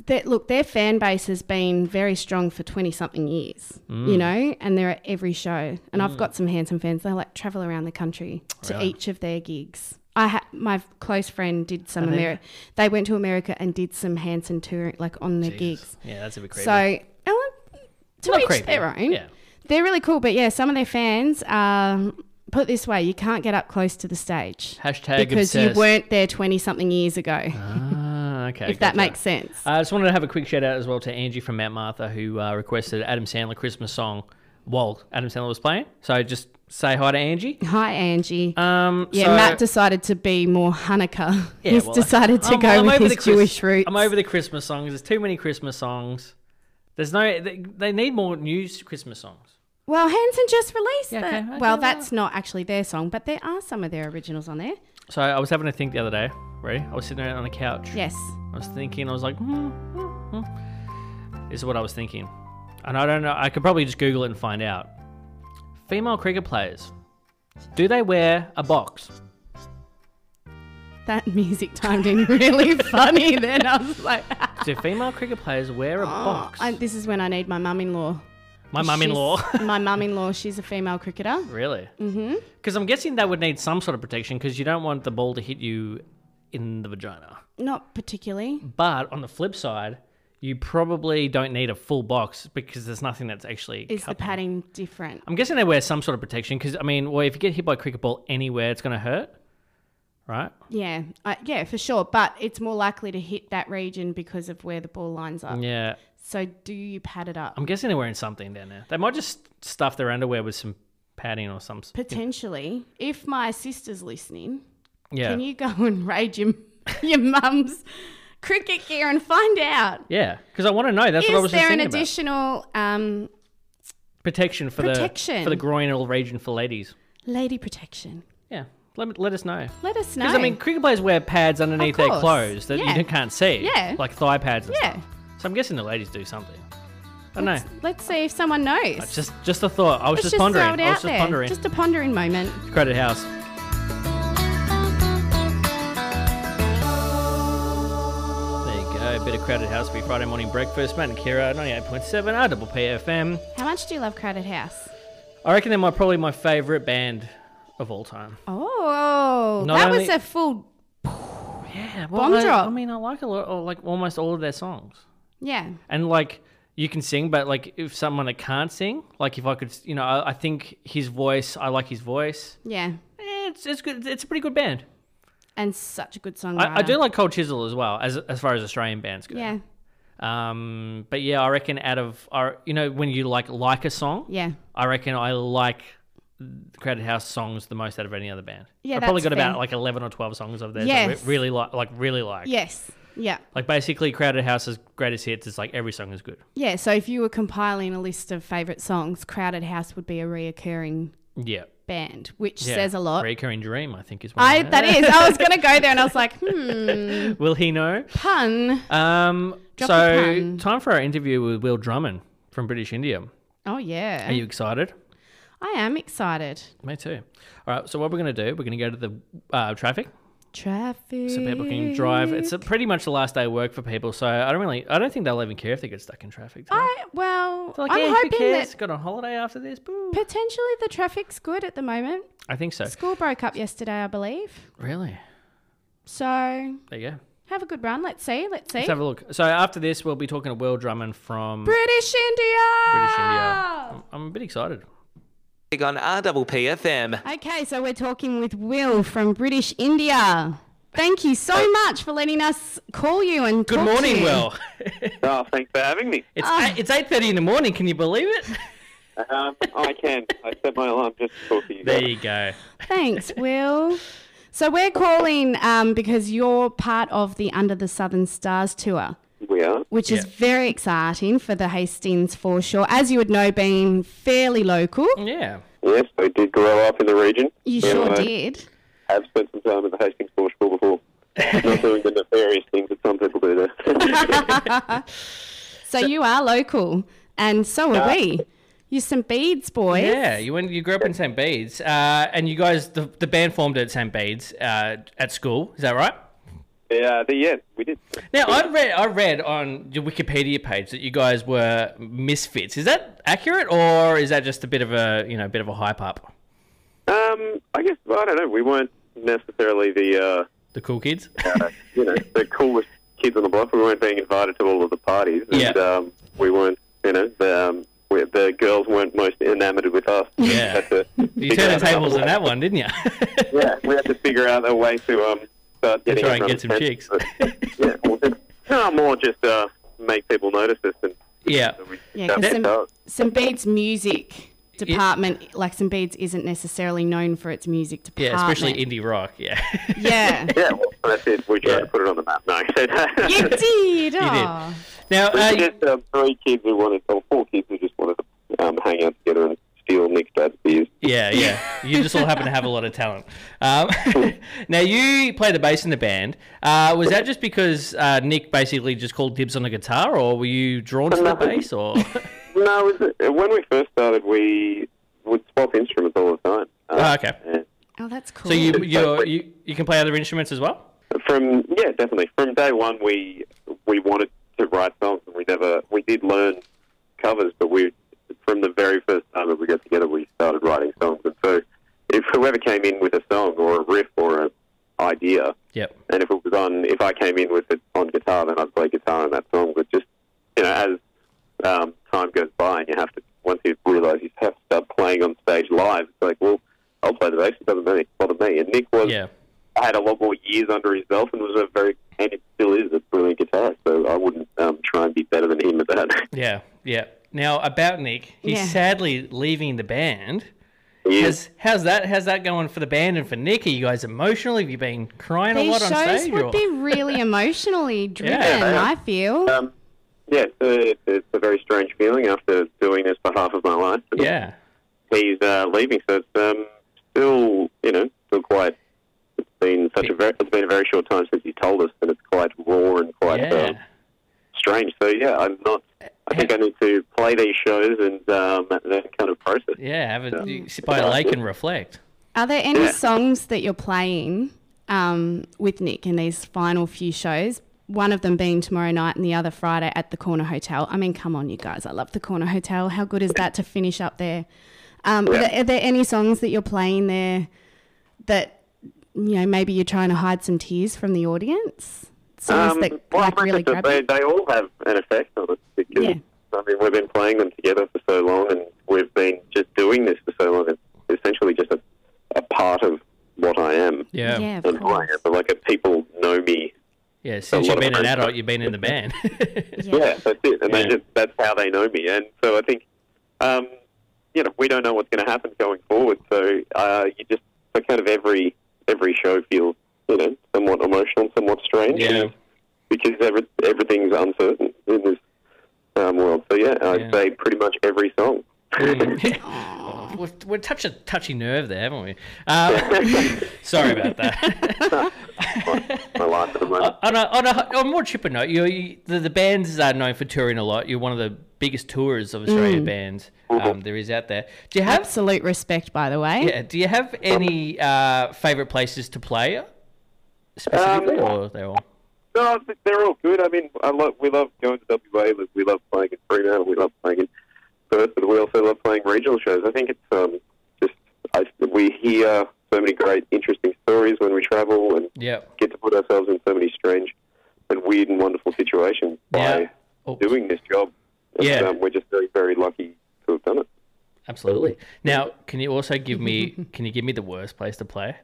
[SPEAKER 2] that look, their fan base has been very strong for twenty something years,
[SPEAKER 1] Mm.
[SPEAKER 2] you know, and they're at every show. And I've got some handsome fans. They like travel around the country to
[SPEAKER 1] Really?
[SPEAKER 2] each of their gigs. I ha- my close friend did some America. They went to America and did some Hanson touring, like on their gigs.
[SPEAKER 1] Yeah, that's a bit creepy.
[SPEAKER 2] So, Ellen, to
[SPEAKER 1] Not
[SPEAKER 2] each
[SPEAKER 1] creepy.
[SPEAKER 2] their own.
[SPEAKER 1] Yeah.
[SPEAKER 2] They're really cool, but yeah, some of their fans, um, put it this way, you can't get up close to the stage
[SPEAKER 1] Hashtag
[SPEAKER 2] because
[SPEAKER 1] obsessed.
[SPEAKER 2] you weren't there 20 something years ago,
[SPEAKER 1] Ah, okay.
[SPEAKER 2] if that
[SPEAKER 1] gotcha. Uh,
[SPEAKER 2] makes sense.
[SPEAKER 1] I just wanted to have a quick shout out as well to Angie from Mount Martha who uh, requested Adam Sandler Christmas song while Adam Sandler was playing. So just say hi to Angie.
[SPEAKER 2] Hi, Angie.
[SPEAKER 1] Um,
[SPEAKER 2] yeah,
[SPEAKER 1] so-
[SPEAKER 2] Matt decided to be more Hanukkah.
[SPEAKER 1] Yeah,
[SPEAKER 2] <laughs> He's
[SPEAKER 1] well,
[SPEAKER 2] decided to
[SPEAKER 1] I'm-
[SPEAKER 2] go
[SPEAKER 1] I'm
[SPEAKER 2] with
[SPEAKER 1] over
[SPEAKER 2] his
[SPEAKER 1] the Chris-
[SPEAKER 2] Jewish roots.
[SPEAKER 1] I'm over the Christmas songs. There's too many Christmas songs. There's no. They, they need more new s- Christmas songs.
[SPEAKER 2] well, Hanson just released
[SPEAKER 1] Yeah,
[SPEAKER 2] that.
[SPEAKER 1] okay,
[SPEAKER 2] well,
[SPEAKER 1] okay,
[SPEAKER 2] that's not actually their song, but there are some of their originals on there.
[SPEAKER 1] So I was having a think the other day. Ready? I was sitting around on the couch.
[SPEAKER 2] Yes.
[SPEAKER 1] I was thinking. I was like, hmm, hmm, hmm. this is what I was thinking, and I don't know. I could probably just Google it and find out. Female cricket players, do they wear a box?
[SPEAKER 2] That <laughs> music timed
[SPEAKER 1] <laughs>
[SPEAKER 2] in really funny then. I was like,
[SPEAKER 1] Do female cricket players
[SPEAKER 2] <gasps>
[SPEAKER 1] wear a box?
[SPEAKER 2] Oh, I, this is when I need my mum in law.
[SPEAKER 1] My mum-in-law. <laughs>
[SPEAKER 2] She's- my mum in law, she's a female cricketer.
[SPEAKER 1] Really? Mm-hmm. Because I'm guessing that would need some sort of protection because you don't want the ball to hit you in the vagina.
[SPEAKER 2] Not particularly.
[SPEAKER 1] But on the flip side, you probably don't need a full box because there's nothing that's actually.
[SPEAKER 2] Is the
[SPEAKER 1] covering-
[SPEAKER 2] padding different?
[SPEAKER 1] I'm guessing they wear some sort of protection because I mean, well, if you get hit by a cricket ball anywhere, it's going to hurt, right?
[SPEAKER 2] Yeah, I, yeah, for sure. But it's more likely to hit that region because of where the ball lines up.
[SPEAKER 1] Yeah.
[SPEAKER 2] So do you pad it up?
[SPEAKER 1] I'm guessing they're wearing something down there. They might just stuff their underwear with some padding or some. s-
[SPEAKER 2] Potentially, if my sister's listening,
[SPEAKER 1] Yeah.
[SPEAKER 2] can you go <laughs> and raid your your mum's cricket gear and find out?
[SPEAKER 1] Yeah, because I want to know. That's what I
[SPEAKER 2] Is
[SPEAKER 1] was just
[SPEAKER 2] there an
[SPEAKER 1] thinking about.
[SPEAKER 2] additional um,
[SPEAKER 1] Protection for the
[SPEAKER 2] Protection.
[SPEAKER 1] for the groinal region for ladies.
[SPEAKER 2] lady protection?
[SPEAKER 1] Yeah, let me, let us know.
[SPEAKER 2] Let us know.
[SPEAKER 1] Because I mean, cricket players wear pads underneath their
[SPEAKER 2] course.
[SPEAKER 1] clothes that
[SPEAKER 2] Yeah.
[SPEAKER 1] you can't see,
[SPEAKER 2] Yeah.
[SPEAKER 1] like thigh pads. And
[SPEAKER 2] yeah,
[SPEAKER 1] stuff. So I'm guessing the ladies do something. I don't
[SPEAKER 2] let's,
[SPEAKER 1] know.
[SPEAKER 2] let's see if someone knows.
[SPEAKER 1] It's Just just a thought. I was
[SPEAKER 2] Let's
[SPEAKER 1] just,
[SPEAKER 2] just
[SPEAKER 1] pondering.
[SPEAKER 2] throw it
[SPEAKER 1] I was
[SPEAKER 2] out
[SPEAKER 1] just
[SPEAKER 2] there.
[SPEAKER 1] pondering.
[SPEAKER 2] Just a pondering moment.
[SPEAKER 1] Credit house. There you go. A bit of Crowded House for your Friday morning breakfast. Matt and Kira, 98.7 R double P FM.
[SPEAKER 2] How much do you love Crowded House?
[SPEAKER 1] I reckon they're my, probably my favourite band of all time.
[SPEAKER 2] Oh,
[SPEAKER 1] Not
[SPEAKER 2] that was
[SPEAKER 1] only-
[SPEAKER 2] a full.
[SPEAKER 1] Yeah,
[SPEAKER 2] Bomb
[SPEAKER 1] I,
[SPEAKER 2] drop.
[SPEAKER 1] I mean, I like a lot, or like almost all of their songs.
[SPEAKER 2] Yeah.
[SPEAKER 1] and like you can sing but like if someone that can't sing like if i could you know i, I think his voice i like his voice
[SPEAKER 2] Yeah.
[SPEAKER 1] Eh, it's, it's good it's a pretty good band
[SPEAKER 2] And such a good songwriter.
[SPEAKER 1] I, I do like cold chisel as well as as far as australian bands go
[SPEAKER 2] Yeah.
[SPEAKER 1] um but yeah i reckon out of our you know when you like like a song
[SPEAKER 2] Yeah.
[SPEAKER 1] i reckon i like crowded house songs the most out of any other band
[SPEAKER 2] Yeah,
[SPEAKER 1] i probably got
[SPEAKER 2] that's
[SPEAKER 1] about
[SPEAKER 2] fair.
[SPEAKER 1] like 11 or 12 songs of theirs
[SPEAKER 2] Yes.
[SPEAKER 1] that re- really like like really like
[SPEAKER 2] Yes. Yeah.
[SPEAKER 1] like basically crowded house's greatest hits is like every song is good
[SPEAKER 2] Yeah. So if you were compiling a list of favourite songs, Crowded House would be a reoccurring
[SPEAKER 1] yeah
[SPEAKER 2] band, which
[SPEAKER 1] Yeah.
[SPEAKER 2] says a lot.
[SPEAKER 1] Recurring dream, I think, is one.
[SPEAKER 2] I
[SPEAKER 1] of
[SPEAKER 2] that is. I was gonna go there and I
[SPEAKER 1] <laughs>
[SPEAKER 2] was like, hmm,
[SPEAKER 1] them. Will he know?
[SPEAKER 2] pun.
[SPEAKER 1] Um,
[SPEAKER 2] Drop a
[SPEAKER 1] so
[SPEAKER 2] pun.
[SPEAKER 1] time for our interview with Will Drummond from British India.
[SPEAKER 2] Oh yeah.
[SPEAKER 1] Are you excited?
[SPEAKER 2] I am excited.
[SPEAKER 1] Me too. All right. So what we're gonna do? We're gonna go to the uh, traffic
[SPEAKER 2] Traffic.
[SPEAKER 1] so people can drive. It's uh pretty much the last day of work for people. So I don't really, I don't think they'll even care if they get stuck in traffic. do they?
[SPEAKER 2] I, well,
[SPEAKER 1] They're like,
[SPEAKER 2] I'm
[SPEAKER 1] yeah, who
[SPEAKER 2] hoping
[SPEAKER 1] cares?
[SPEAKER 2] that
[SPEAKER 1] Got on holiday after this. Boo.
[SPEAKER 2] potentially the traffic's good at the moment.
[SPEAKER 1] I think so.
[SPEAKER 2] School broke up yesterday, I believe.
[SPEAKER 1] Really?
[SPEAKER 2] So
[SPEAKER 1] There you go.
[SPEAKER 2] Have a good run. Let's see. Let's see.
[SPEAKER 1] Let's have a look. So after this, we'll be talking to Will Drummond from
[SPEAKER 2] British India.
[SPEAKER 1] British India. I'm, I'm a bit excited.
[SPEAKER 4] Big on RPP FM.
[SPEAKER 2] Okay, so we're talking with Will from British India. Thank you so much for letting us call you and
[SPEAKER 1] Good
[SPEAKER 2] talk to
[SPEAKER 1] morning,
[SPEAKER 2] you.
[SPEAKER 1] Will.
[SPEAKER 5] Oh, thanks for having me.
[SPEAKER 1] It's eight, it's eight thirty in the morning. Can you believe it?
[SPEAKER 5] Um, I can. I set my alarm just to talk to you.
[SPEAKER 1] <laughs> There
[SPEAKER 5] guys.
[SPEAKER 1] you go.
[SPEAKER 2] Thanks, Will. So we're calling um, because you're part of the Under the Southern Stars tour.
[SPEAKER 5] we are.
[SPEAKER 2] Which is
[SPEAKER 1] Yeah.
[SPEAKER 2] very exciting for the Hastings foreshore. As you would know, being fairly local,
[SPEAKER 1] Yeah.
[SPEAKER 5] Yes, I did grow up in the region.
[SPEAKER 2] you
[SPEAKER 5] So
[SPEAKER 2] sure
[SPEAKER 5] I
[SPEAKER 2] did.
[SPEAKER 5] have spent some time at the Hastings Sports School before. Not doing the nefarious things that some people do
[SPEAKER 1] <laughs>
[SPEAKER 5] there.
[SPEAKER 2] So, you are local, and so are we. You're some beads, boys.
[SPEAKER 1] Yeah. You went. You grew up in St. Bede's, uh, and you guys, the, the band formed at St. Bede's uh, at school. Is that right?
[SPEAKER 5] Yeah, the, yeah, we did.
[SPEAKER 1] Now I read I read on your Wikipedia page that you guys were misfits. Is that accurate or is that just a bit of a you know bit of a hype up?
[SPEAKER 5] Um, I guess well, I don't know. We weren't necessarily the
[SPEAKER 1] The cool kids. <laughs>
[SPEAKER 5] uh, you know the coolest kids on the block. We weren't being invited to all of the parties, and
[SPEAKER 1] Yeah.
[SPEAKER 5] um, we weren't you know the, um, we, the girls weren't most enamored with us.
[SPEAKER 1] Yeah. You turned the tables on that one, didn't you? <laughs>
[SPEAKER 5] Yeah, we had to figure out a way to um start getting
[SPEAKER 1] try and
[SPEAKER 5] everyone's
[SPEAKER 1] get some
[SPEAKER 5] attention. yeah, well, just, no, more just uh, make people notice us and
[SPEAKER 1] yeah.
[SPEAKER 5] so we
[SPEAKER 2] Yeah,
[SPEAKER 5] that-
[SPEAKER 2] because
[SPEAKER 5] that-
[SPEAKER 2] some, some Beats music department, like some Beats isn't necessarily known for its music department.
[SPEAKER 1] Yeah, especially indie rock. Yeah.
[SPEAKER 2] Ah, Yeah.
[SPEAKER 5] Yeah, well, that's it. We tried
[SPEAKER 1] Yeah.
[SPEAKER 5] to put it on the map. No, <laughs>
[SPEAKER 2] you did. Oh.
[SPEAKER 1] <laughs> Now, uh,
[SPEAKER 5] There's just um, three kids who wanted, or four kids who just wanted to um, hang out together and steal Nick's dad's beers.
[SPEAKER 1] yeah, yeah. You just all happen to have a lot of talent. Um, <laughs> now, you play the bass in the band. Uh, was that just because uh, Nick basically just called dibs on the guitar, or were you drawn to the
[SPEAKER 5] Nothing.
[SPEAKER 1] bass? Or
[SPEAKER 5] No, it was, uh, when we first started, we would swap instruments all the time.
[SPEAKER 1] Oh, okay.
[SPEAKER 5] and
[SPEAKER 2] Oh, that's cool.
[SPEAKER 1] so you
[SPEAKER 2] <laughs>
[SPEAKER 1] you you you can play other instruments as well?
[SPEAKER 5] From yeah, definitely. From day one, we we wanted to write songs, and we never we did learn covers, but we from the very first time that we got together, we started writing songs. And so, if whoever came in with a song or a riff or an idea,
[SPEAKER 1] Yep.
[SPEAKER 5] and if it was on, if I came in with it on guitar, then I'd play guitar on that song. But just you know, as um, time goes by, and you have to once you realise you have to start playing on stage live, it's like, well, I'll play the bass. It doesn't really bother me. And Nick was
[SPEAKER 1] Yeah.
[SPEAKER 5] had a lot more years under his belt and was a very and it still is a brilliant guitarist. So I wouldn't um, try and be better than him at that. <laughs>
[SPEAKER 1] Yeah. Yeah. Now about Nick, he's
[SPEAKER 2] Yeah.
[SPEAKER 1] sadly leaving the band.
[SPEAKER 5] He is-
[SPEAKER 1] Has, how's that? How's that going for the band and for Nick? Are you guys emotional? Have you been crying a
[SPEAKER 2] These
[SPEAKER 1] lot on
[SPEAKER 2] shows
[SPEAKER 1] stage?
[SPEAKER 2] would
[SPEAKER 1] or-
[SPEAKER 2] be
[SPEAKER 1] <laughs>
[SPEAKER 2] really emotionally driven,
[SPEAKER 1] Yeah.
[SPEAKER 2] I feel.
[SPEAKER 5] um, yeah, so it's, it's a very strange feeling after doing this for half of my life. And
[SPEAKER 1] yeah.
[SPEAKER 5] he's uh, leaving, so it's um, still you know still quite. It's been such a very, it's been a very short time since he told us, and it's quite raw and quite
[SPEAKER 1] Yeah.
[SPEAKER 5] um, strange. So yeah, I'm not. I think I need to play these shows and um, that kind of process.
[SPEAKER 1] Yeah, have a, you sit by a lake and reflect.
[SPEAKER 2] Are there any
[SPEAKER 5] Yeah.
[SPEAKER 2] songs that you're playing um, with Nick in these final few shows? One of them being tomorrow night and the other Friday at the Corner Hotel. I mean, come on, you guys. I love the Corner Hotel. How good is that to finish up there? Um, are, there are there any songs that you're playing there that, you know, maybe you're trying to hide some tears from the audience? Songs that
[SPEAKER 5] Um, well,
[SPEAKER 2] like,
[SPEAKER 5] I
[SPEAKER 2] really
[SPEAKER 5] reckon
[SPEAKER 2] grab
[SPEAKER 5] that
[SPEAKER 2] you?
[SPEAKER 5] they, they all have an effect on us because
[SPEAKER 2] Yeah.
[SPEAKER 5] I mean we've been playing them together for so long, and we've been just doing this for so long. It's essentially just a, a part of what I am
[SPEAKER 1] Yeah.
[SPEAKER 2] Yeah, of
[SPEAKER 5] and who I
[SPEAKER 2] course.
[SPEAKER 5] am. But like, if people know me,
[SPEAKER 1] Yeah, since
[SPEAKER 5] lot
[SPEAKER 1] you've
[SPEAKER 5] of
[SPEAKER 1] been an
[SPEAKER 5] friends.
[SPEAKER 1] adult, you've been in the band.
[SPEAKER 2] Yeah.
[SPEAKER 5] yeah, that's it, and they
[SPEAKER 1] Yeah.
[SPEAKER 5] just, that's how they know me. And so I think, um, you know, we don't know what's going to happen going forward. So uh, you just so kind of every every show feels you know somewhat emotional, somewhat strange.
[SPEAKER 1] Yeah.
[SPEAKER 5] because every, everything's uncertain in this um, world. So yeah, I'd
[SPEAKER 1] Yeah.
[SPEAKER 5] say pretty much every
[SPEAKER 1] <laughs>
[SPEAKER 5] song.
[SPEAKER 1] Oh, we're, we're touch a touchy nerve there, haven't we? Um, <laughs> sorry about that. <laughs>
[SPEAKER 5] My life at the moment.
[SPEAKER 1] on, a, on, a, on a more chipper note, you, you the, the bands are known for touring a lot. You're one of the biggest tourers of Australian bands um, there is out there. Do you have
[SPEAKER 2] Absolute respect, by the way.
[SPEAKER 1] yeah, Do you have any uh, favourite places to play specifically,
[SPEAKER 5] Um,
[SPEAKER 1] or they all?
[SPEAKER 5] No, I think they're all good. I mean, I love, we love going to WA. but We love playing in Fremantle. We love playing in Perth, but we also love playing regional shows. I think it's um, just I, we hear so many great, interesting stories when we travel and
[SPEAKER 1] Yeah.
[SPEAKER 5] get to put ourselves in so many strange and weird and wonderful situations
[SPEAKER 1] Yeah.
[SPEAKER 5] by
[SPEAKER 1] Oh.
[SPEAKER 5] doing this job. And,
[SPEAKER 1] Yeah.
[SPEAKER 5] um, we're just very, very lucky to have done it. <laughs>
[SPEAKER 1] Absolutely. Now, can you also give me? can you give me the worst place to play?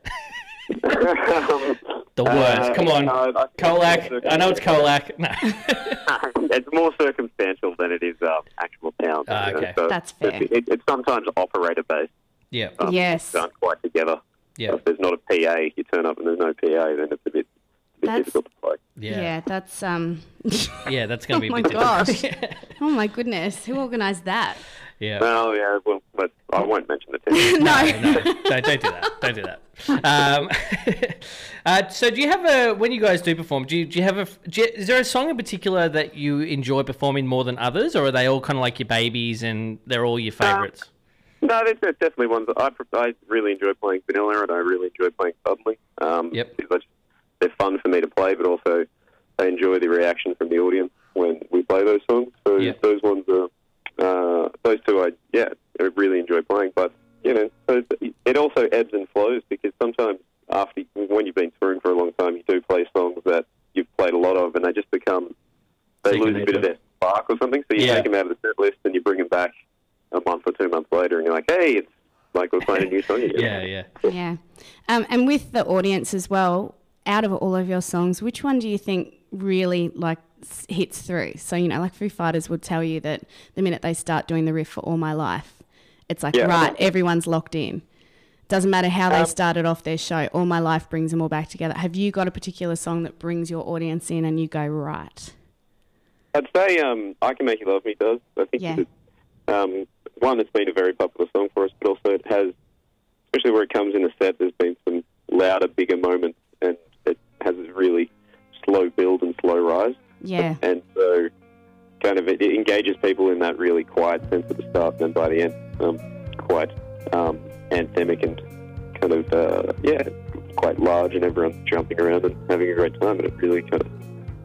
[SPEAKER 5] Um,
[SPEAKER 1] The worst. Come on,
[SPEAKER 5] Uh, no, I-
[SPEAKER 1] Colac. I know it's Colac. <laughs> No.
[SPEAKER 5] <laughs> it's more circumstantial than it is um, actual town.
[SPEAKER 1] Ah,
[SPEAKER 5] you know,
[SPEAKER 1] okay.
[SPEAKER 5] so
[SPEAKER 2] That's fair.
[SPEAKER 5] It, it, it's sometimes operator based.
[SPEAKER 1] yeah.
[SPEAKER 5] Um,
[SPEAKER 2] Yes.
[SPEAKER 5] Done quite together. <laughs>
[SPEAKER 1] Yeah.
[SPEAKER 5] If there's not a PA, you turn up and there's no PA, then it's a bit, a bit
[SPEAKER 2] That's-
[SPEAKER 5] difficult to play.
[SPEAKER 1] Yeah. Yeah.
[SPEAKER 2] yeah that's. um. <laughs>
[SPEAKER 1] that's gonna be.
[SPEAKER 2] Oh
[SPEAKER 1] a
[SPEAKER 2] my
[SPEAKER 1] bit
[SPEAKER 2] gosh.
[SPEAKER 1] difficult.
[SPEAKER 2] Oh my goodness, who organised that?
[SPEAKER 1] <laughs> yeah.
[SPEAKER 5] Well, yeah, well, but I won't mention the town.
[SPEAKER 2] no. <laughs>
[SPEAKER 1] no, don't, don't do that. Don't do that. Um, <laughs> uh, so, do you have a when you guys do perform? Do you, do you have a? Do you, is there a song in particular that you enjoy performing more than others, or are they all kind of like your babies and they're all
[SPEAKER 5] Uh,
[SPEAKER 1] your favourites?
[SPEAKER 5] No, there's, there's definitely ones. I, pre- I really enjoy playing Vanilla and I really enjoy playing Suddenly. Um,
[SPEAKER 1] Yep.
[SPEAKER 5] because I just- They're fun for me to play, but also reaction from the audience when we play those songs. So
[SPEAKER 1] Yeah.
[SPEAKER 5] those ones are uh, those two. I yeah, I really enjoy playing. But you know, so it- it also ebbs and flows because sometimes after when you've been touring for a long time, you do play songs that you've played a lot of, and they just become they
[SPEAKER 1] Second
[SPEAKER 5] lose a bit
[SPEAKER 1] nature.
[SPEAKER 5] of their spark or something. So you
[SPEAKER 1] Yeah.
[SPEAKER 5] take them out of the set list and you bring them back a month or two months later, and you're like, hey, it's like we're playing a new song again.
[SPEAKER 1] <laughs> Yeah, yeah.
[SPEAKER 2] Yeah. Um, and with the audience as well, out of all of your songs, which one do you think really like s- hits through? So, you know, like Foo Fighters would tell you that the minute they start doing the riff for All My Life, it's like,
[SPEAKER 5] Yeah.
[SPEAKER 2] right, everyone's locked in. Doesn't matter how they started off their show, All My Life brings them all back together. Have you got a particular song that brings your audience in and you go, right?
[SPEAKER 5] I'd say um, I Can Make You Love Me does. I think
[SPEAKER 2] Yeah.
[SPEAKER 5] it's um, one that's been a very popular song for us, but also it has, especially where it comes in a set, there's been some louder, bigger moments, and it has a really slow build and slow rise.
[SPEAKER 2] Yeah.
[SPEAKER 5] And so kind of it, it engages people in that really quiet sense at the start, and then by the end, um, quite um, anthemic and kind of, uh, yeah, quite large, and everyone's jumping around and having a great time, and it really kind of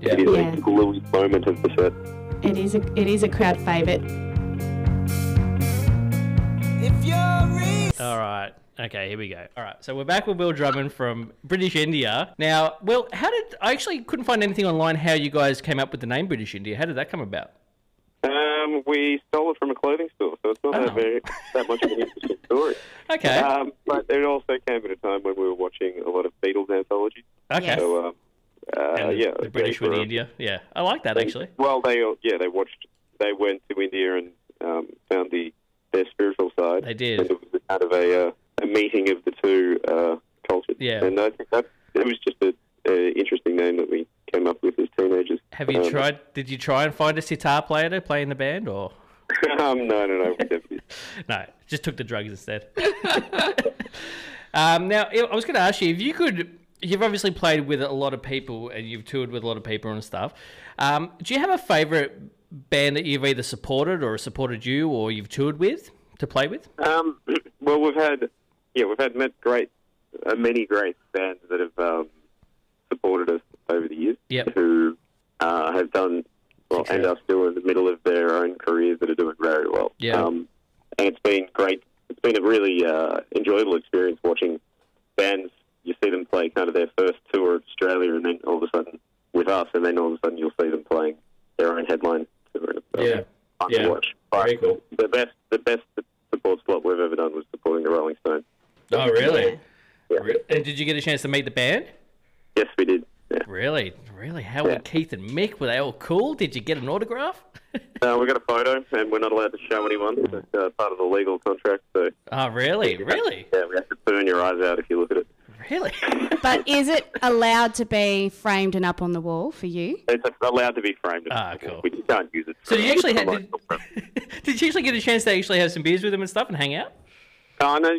[SPEAKER 1] Yeah.
[SPEAKER 5] it is
[SPEAKER 2] Yeah.
[SPEAKER 5] a gluey moment of the set.
[SPEAKER 2] It is a, it is a crowd favourite.
[SPEAKER 3] If you're real.
[SPEAKER 1] All right. Okay, here we go. All right. So we're back with Will Drummond from British India. Now, Will, how did I actually couldn't find anything online how you guys came up with the name British India? How did that come about?
[SPEAKER 5] Um, we stole it from a clothing store, so it's not
[SPEAKER 1] Oh.
[SPEAKER 5] that, very, that much of an interesting story.
[SPEAKER 1] Okay.
[SPEAKER 5] Um, but it also came at a time when we were watching a lot of Beatles anthologies.
[SPEAKER 1] okay.
[SPEAKER 2] yes.
[SPEAKER 5] So, um, uh,
[SPEAKER 1] And
[SPEAKER 5] yeah,
[SPEAKER 1] the
[SPEAKER 5] okay,
[SPEAKER 1] British with
[SPEAKER 5] for-
[SPEAKER 1] the India. Yeah. I like that
[SPEAKER 5] they-
[SPEAKER 1] actually.
[SPEAKER 5] Well, they all- yeah they watched they went to India and um, found the their spiritual side.
[SPEAKER 1] They did.
[SPEAKER 5] And it was kind of a uh, a meeting of the two uh, cultures.
[SPEAKER 1] Yeah.
[SPEAKER 5] And I think that it was just a, a interesting name that we came up with as teenagers.
[SPEAKER 1] Have you
[SPEAKER 5] Um,
[SPEAKER 1] tried did you try and find a sitar player to play in the band or
[SPEAKER 5] <laughs> um, no, no, no. We definitely
[SPEAKER 1] No, just took the drugs instead. <laughs> um, now, I I was going to ask you if you could. You've obviously played with a lot of people and you've toured with a lot of people and stuff. Um, do you have a favorite band that you've either supported or supported you or you've toured with to play with?
[SPEAKER 5] Um, <clears throat> well, we've had yeah, we've had met great, uh, many great bands that have um, supported us over the years.
[SPEAKER 1] Yep.
[SPEAKER 5] Who uh, have done well
[SPEAKER 1] Success.
[SPEAKER 5] and are still in the middle of their own careers that are doing very well.
[SPEAKER 1] Yeah.
[SPEAKER 5] Um, and it's been great. It's been a really uh, enjoyable experience watching bands. You see them play kind of their first tour of Australia, and then all of a sudden with us, and then all of a sudden you'll see them playing their own headline tour. and it's, um,
[SPEAKER 6] Yeah.
[SPEAKER 5] fun
[SPEAKER 6] Yeah.
[SPEAKER 5] to watch. But
[SPEAKER 6] Very cool.
[SPEAKER 5] the best the best support slot we've ever done was supporting the Rolling Stones.
[SPEAKER 6] Oh, really?
[SPEAKER 1] And did you get a chance to meet the band?
[SPEAKER 5] Yes, we did. Yeah.
[SPEAKER 1] Really? Really? How were
[SPEAKER 5] Yeah.
[SPEAKER 1] Keith and Mick? Were they all cool? Did you get an autograph? <laughs>
[SPEAKER 5] Uh, we got a photo, and we're not allowed to show anyone. It's uh, part of the legal contract. So
[SPEAKER 1] oh, really? Really?
[SPEAKER 5] yeah, we have to burn your eyes out if you look at it.
[SPEAKER 1] Really? <laughs>
[SPEAKER 2] But is it allowed to be framed and up on the wall for you?
[SPEAKER 5] It's allowed to be framed.
[SPEAKER 1] Ah, cool.
[SPEAKER 5] We just can't use it.
[SPEAKER 1] So
[SPEAKER 5] for-
[SPEAKER 1] you actually had,
[SPEAKER 5] for
[SPEAKER 1] did,
[SPEAKER 5] license.
[SPEAKER 1] <laughs> did you actually get a chance to actually have some beers with them and stuff and hang out?
[SPEAKER 5] Oh, no,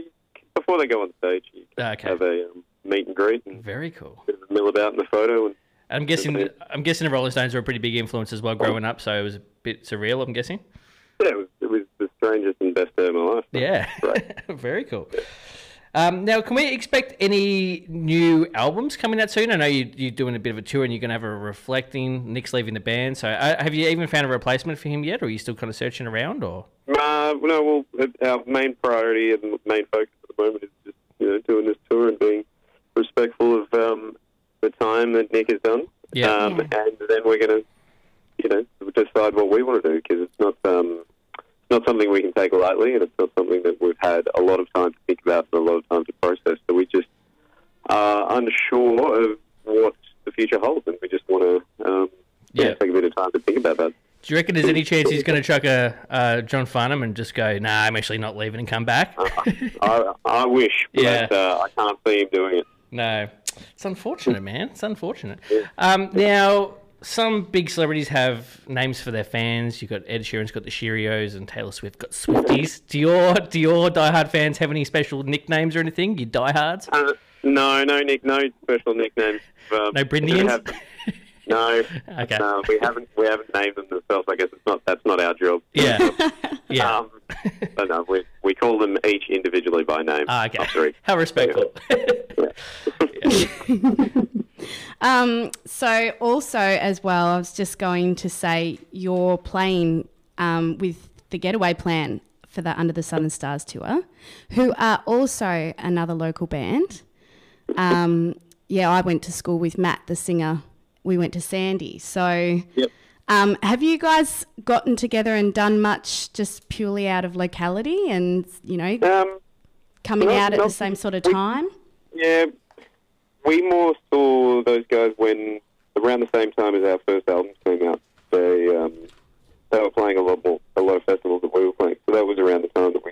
[SPEAKER 5] before they go on stage, you
[SPEAKER 1] Ah, Okay.
[SPEAKER 5] have a um, meet and greet and
[SPEAKER 1] Very cool.
[SPEAKER 5] mill about in the photo. And
[SPEAKER 1] I'm guessing the, I'm guessing the Rolling Stones were a pretty big influence as
[SPEAKER 5] Oh.
[SPEAKER 1] well growing up, so it was a bit surreal. I'm guessing.
[SPEAKER 5] yeah, it was, it was the strangest and best day of my life.
[SPEAKER 1] Yeah. <laughs>
[SPEAKER 5] Right.
[SPEAKER 1] Very cool. Um, now, can we expect any new albums coming out soon? I know you, you're doing a bit of a tour and you're going to have a reflecting. Nick's leaving the band, so uh, have you even found a replacement for him yet, or are you still kind of searching around? Or
[SPEAKER 5] Uh, no, well, our main priority and main focus at the moment is just you know doing this tour and being respectful of um, the time that Nick has done.
[SPEAKER 1] Yeah.
[SPEAKER 5] Um, And then we're going to, you know, decide what we want to do because it's not um, it's not something we can take lightly, and it's not something that we've had a lot of time to think about and a lot of time to process. So we just are unsure of what the future holds, and we just want to um,
[SPEAKER 1] Yeah.
[SPEAKER 5] take a bit of time to think about that.
[SPEAKER 1] do you reckon there's any chance he's going to chuck a uh, John Farnham and just go, "Nah, I'm actually not leaving," and come back?
[SPEAKER 5] Uh-huh. I, I wish, but
[SPEAKER 1] Yeah.
[SPEAKER 5] uh, I can't see him doing it.
[SPEAKER 1] No, it's unfortunate, man. It's unfortunate. Um, now, some big celebrities have names for their fans. You've got Ed Sheeran's got the Cheerios, and Taylor Swift got Swifties. Do your do your diehard fans have any special nicknames or anything? You diehards?
[SPEAKER 5] Uh, no, no, Nick, no special nicknames. Um,
[SPEAKER 1] No
[SPEAKER 5] we
[SPEAKER 1] Britneyans?
[SPEAKER 5] haven't-
[SPEAKER 1] <laughs>
[SPEAKER 5] No,
[SPEAKER 1] Okay.
[SPEAKER 5] no, we haven't. We haven't named them themselves. I guess it's not. That's not our job.
[SPEAKER 1] Yeah, yeah.
[SPEAKER 5] <laughs> Um, but no, we we call them each individually by name.
[SPEAKER 1] Ah, <laughs>
[SPEAKER 5] Not three.
[SPEAKER 1] okay. How respectful.
[SPEAKER 2] Um, so also as well, I was just going to say you're playing um, with the Getaway Plan for the Under the Southern Stars tour, who are also another local band. Um, yeah, I went to school with Matt, the singer. We went to Sandy. So,
[SPEAKER 5] Yep.
[SPEAKER 2] um, have you guys gotten together and done much just purely out of locality and you know
[SPEAKER 5] Um,
[SPEAKER 2] coming
[SPEAKER 5] no,
[SPEAKER 2] out at
[SPEAKER 5] no,
[SPEAKER 2] the same sort of
[SPEAKER 5] we-
[SPEAKER 2] time?
[SPEAKER 5] yeah, we more saw those guys when around the same time as our first album came out. They um, they were playing a lot more, a lot of festivals that we were playing. So that was around the time that we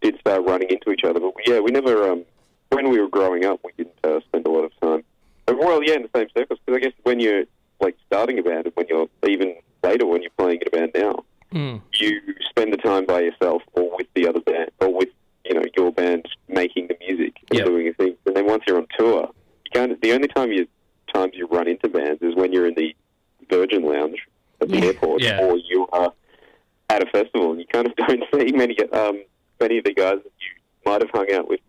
[SPEAKER 5] did start running into each other. But yeah, we never um, when we were growing up, we didn't uh, spend a lot of time. And, well, yeah, in the same circles because I guess when you're like starting a band and when you're even later when you're playing in a band now,
[SPEAKER 1] Mm.
[SPEAKER 5] you spend the time by yourself or with the other band or with you know your band making the music and
[SPEAKER 1] Yeah.
[SPEAKER 5] doing things. And then once you're on tour, you can't. The only time you times you run into bands is when you're in the Virgin Lounge at the
[SPEAKER 2] Yeah.
[SPEAKER 5] airport,
[SPEAKER 1] Yeah.
[SPEAKER 5] or you are at a festival, and you kind of <laughs> don't see many um, many of the guys that you might have hung out with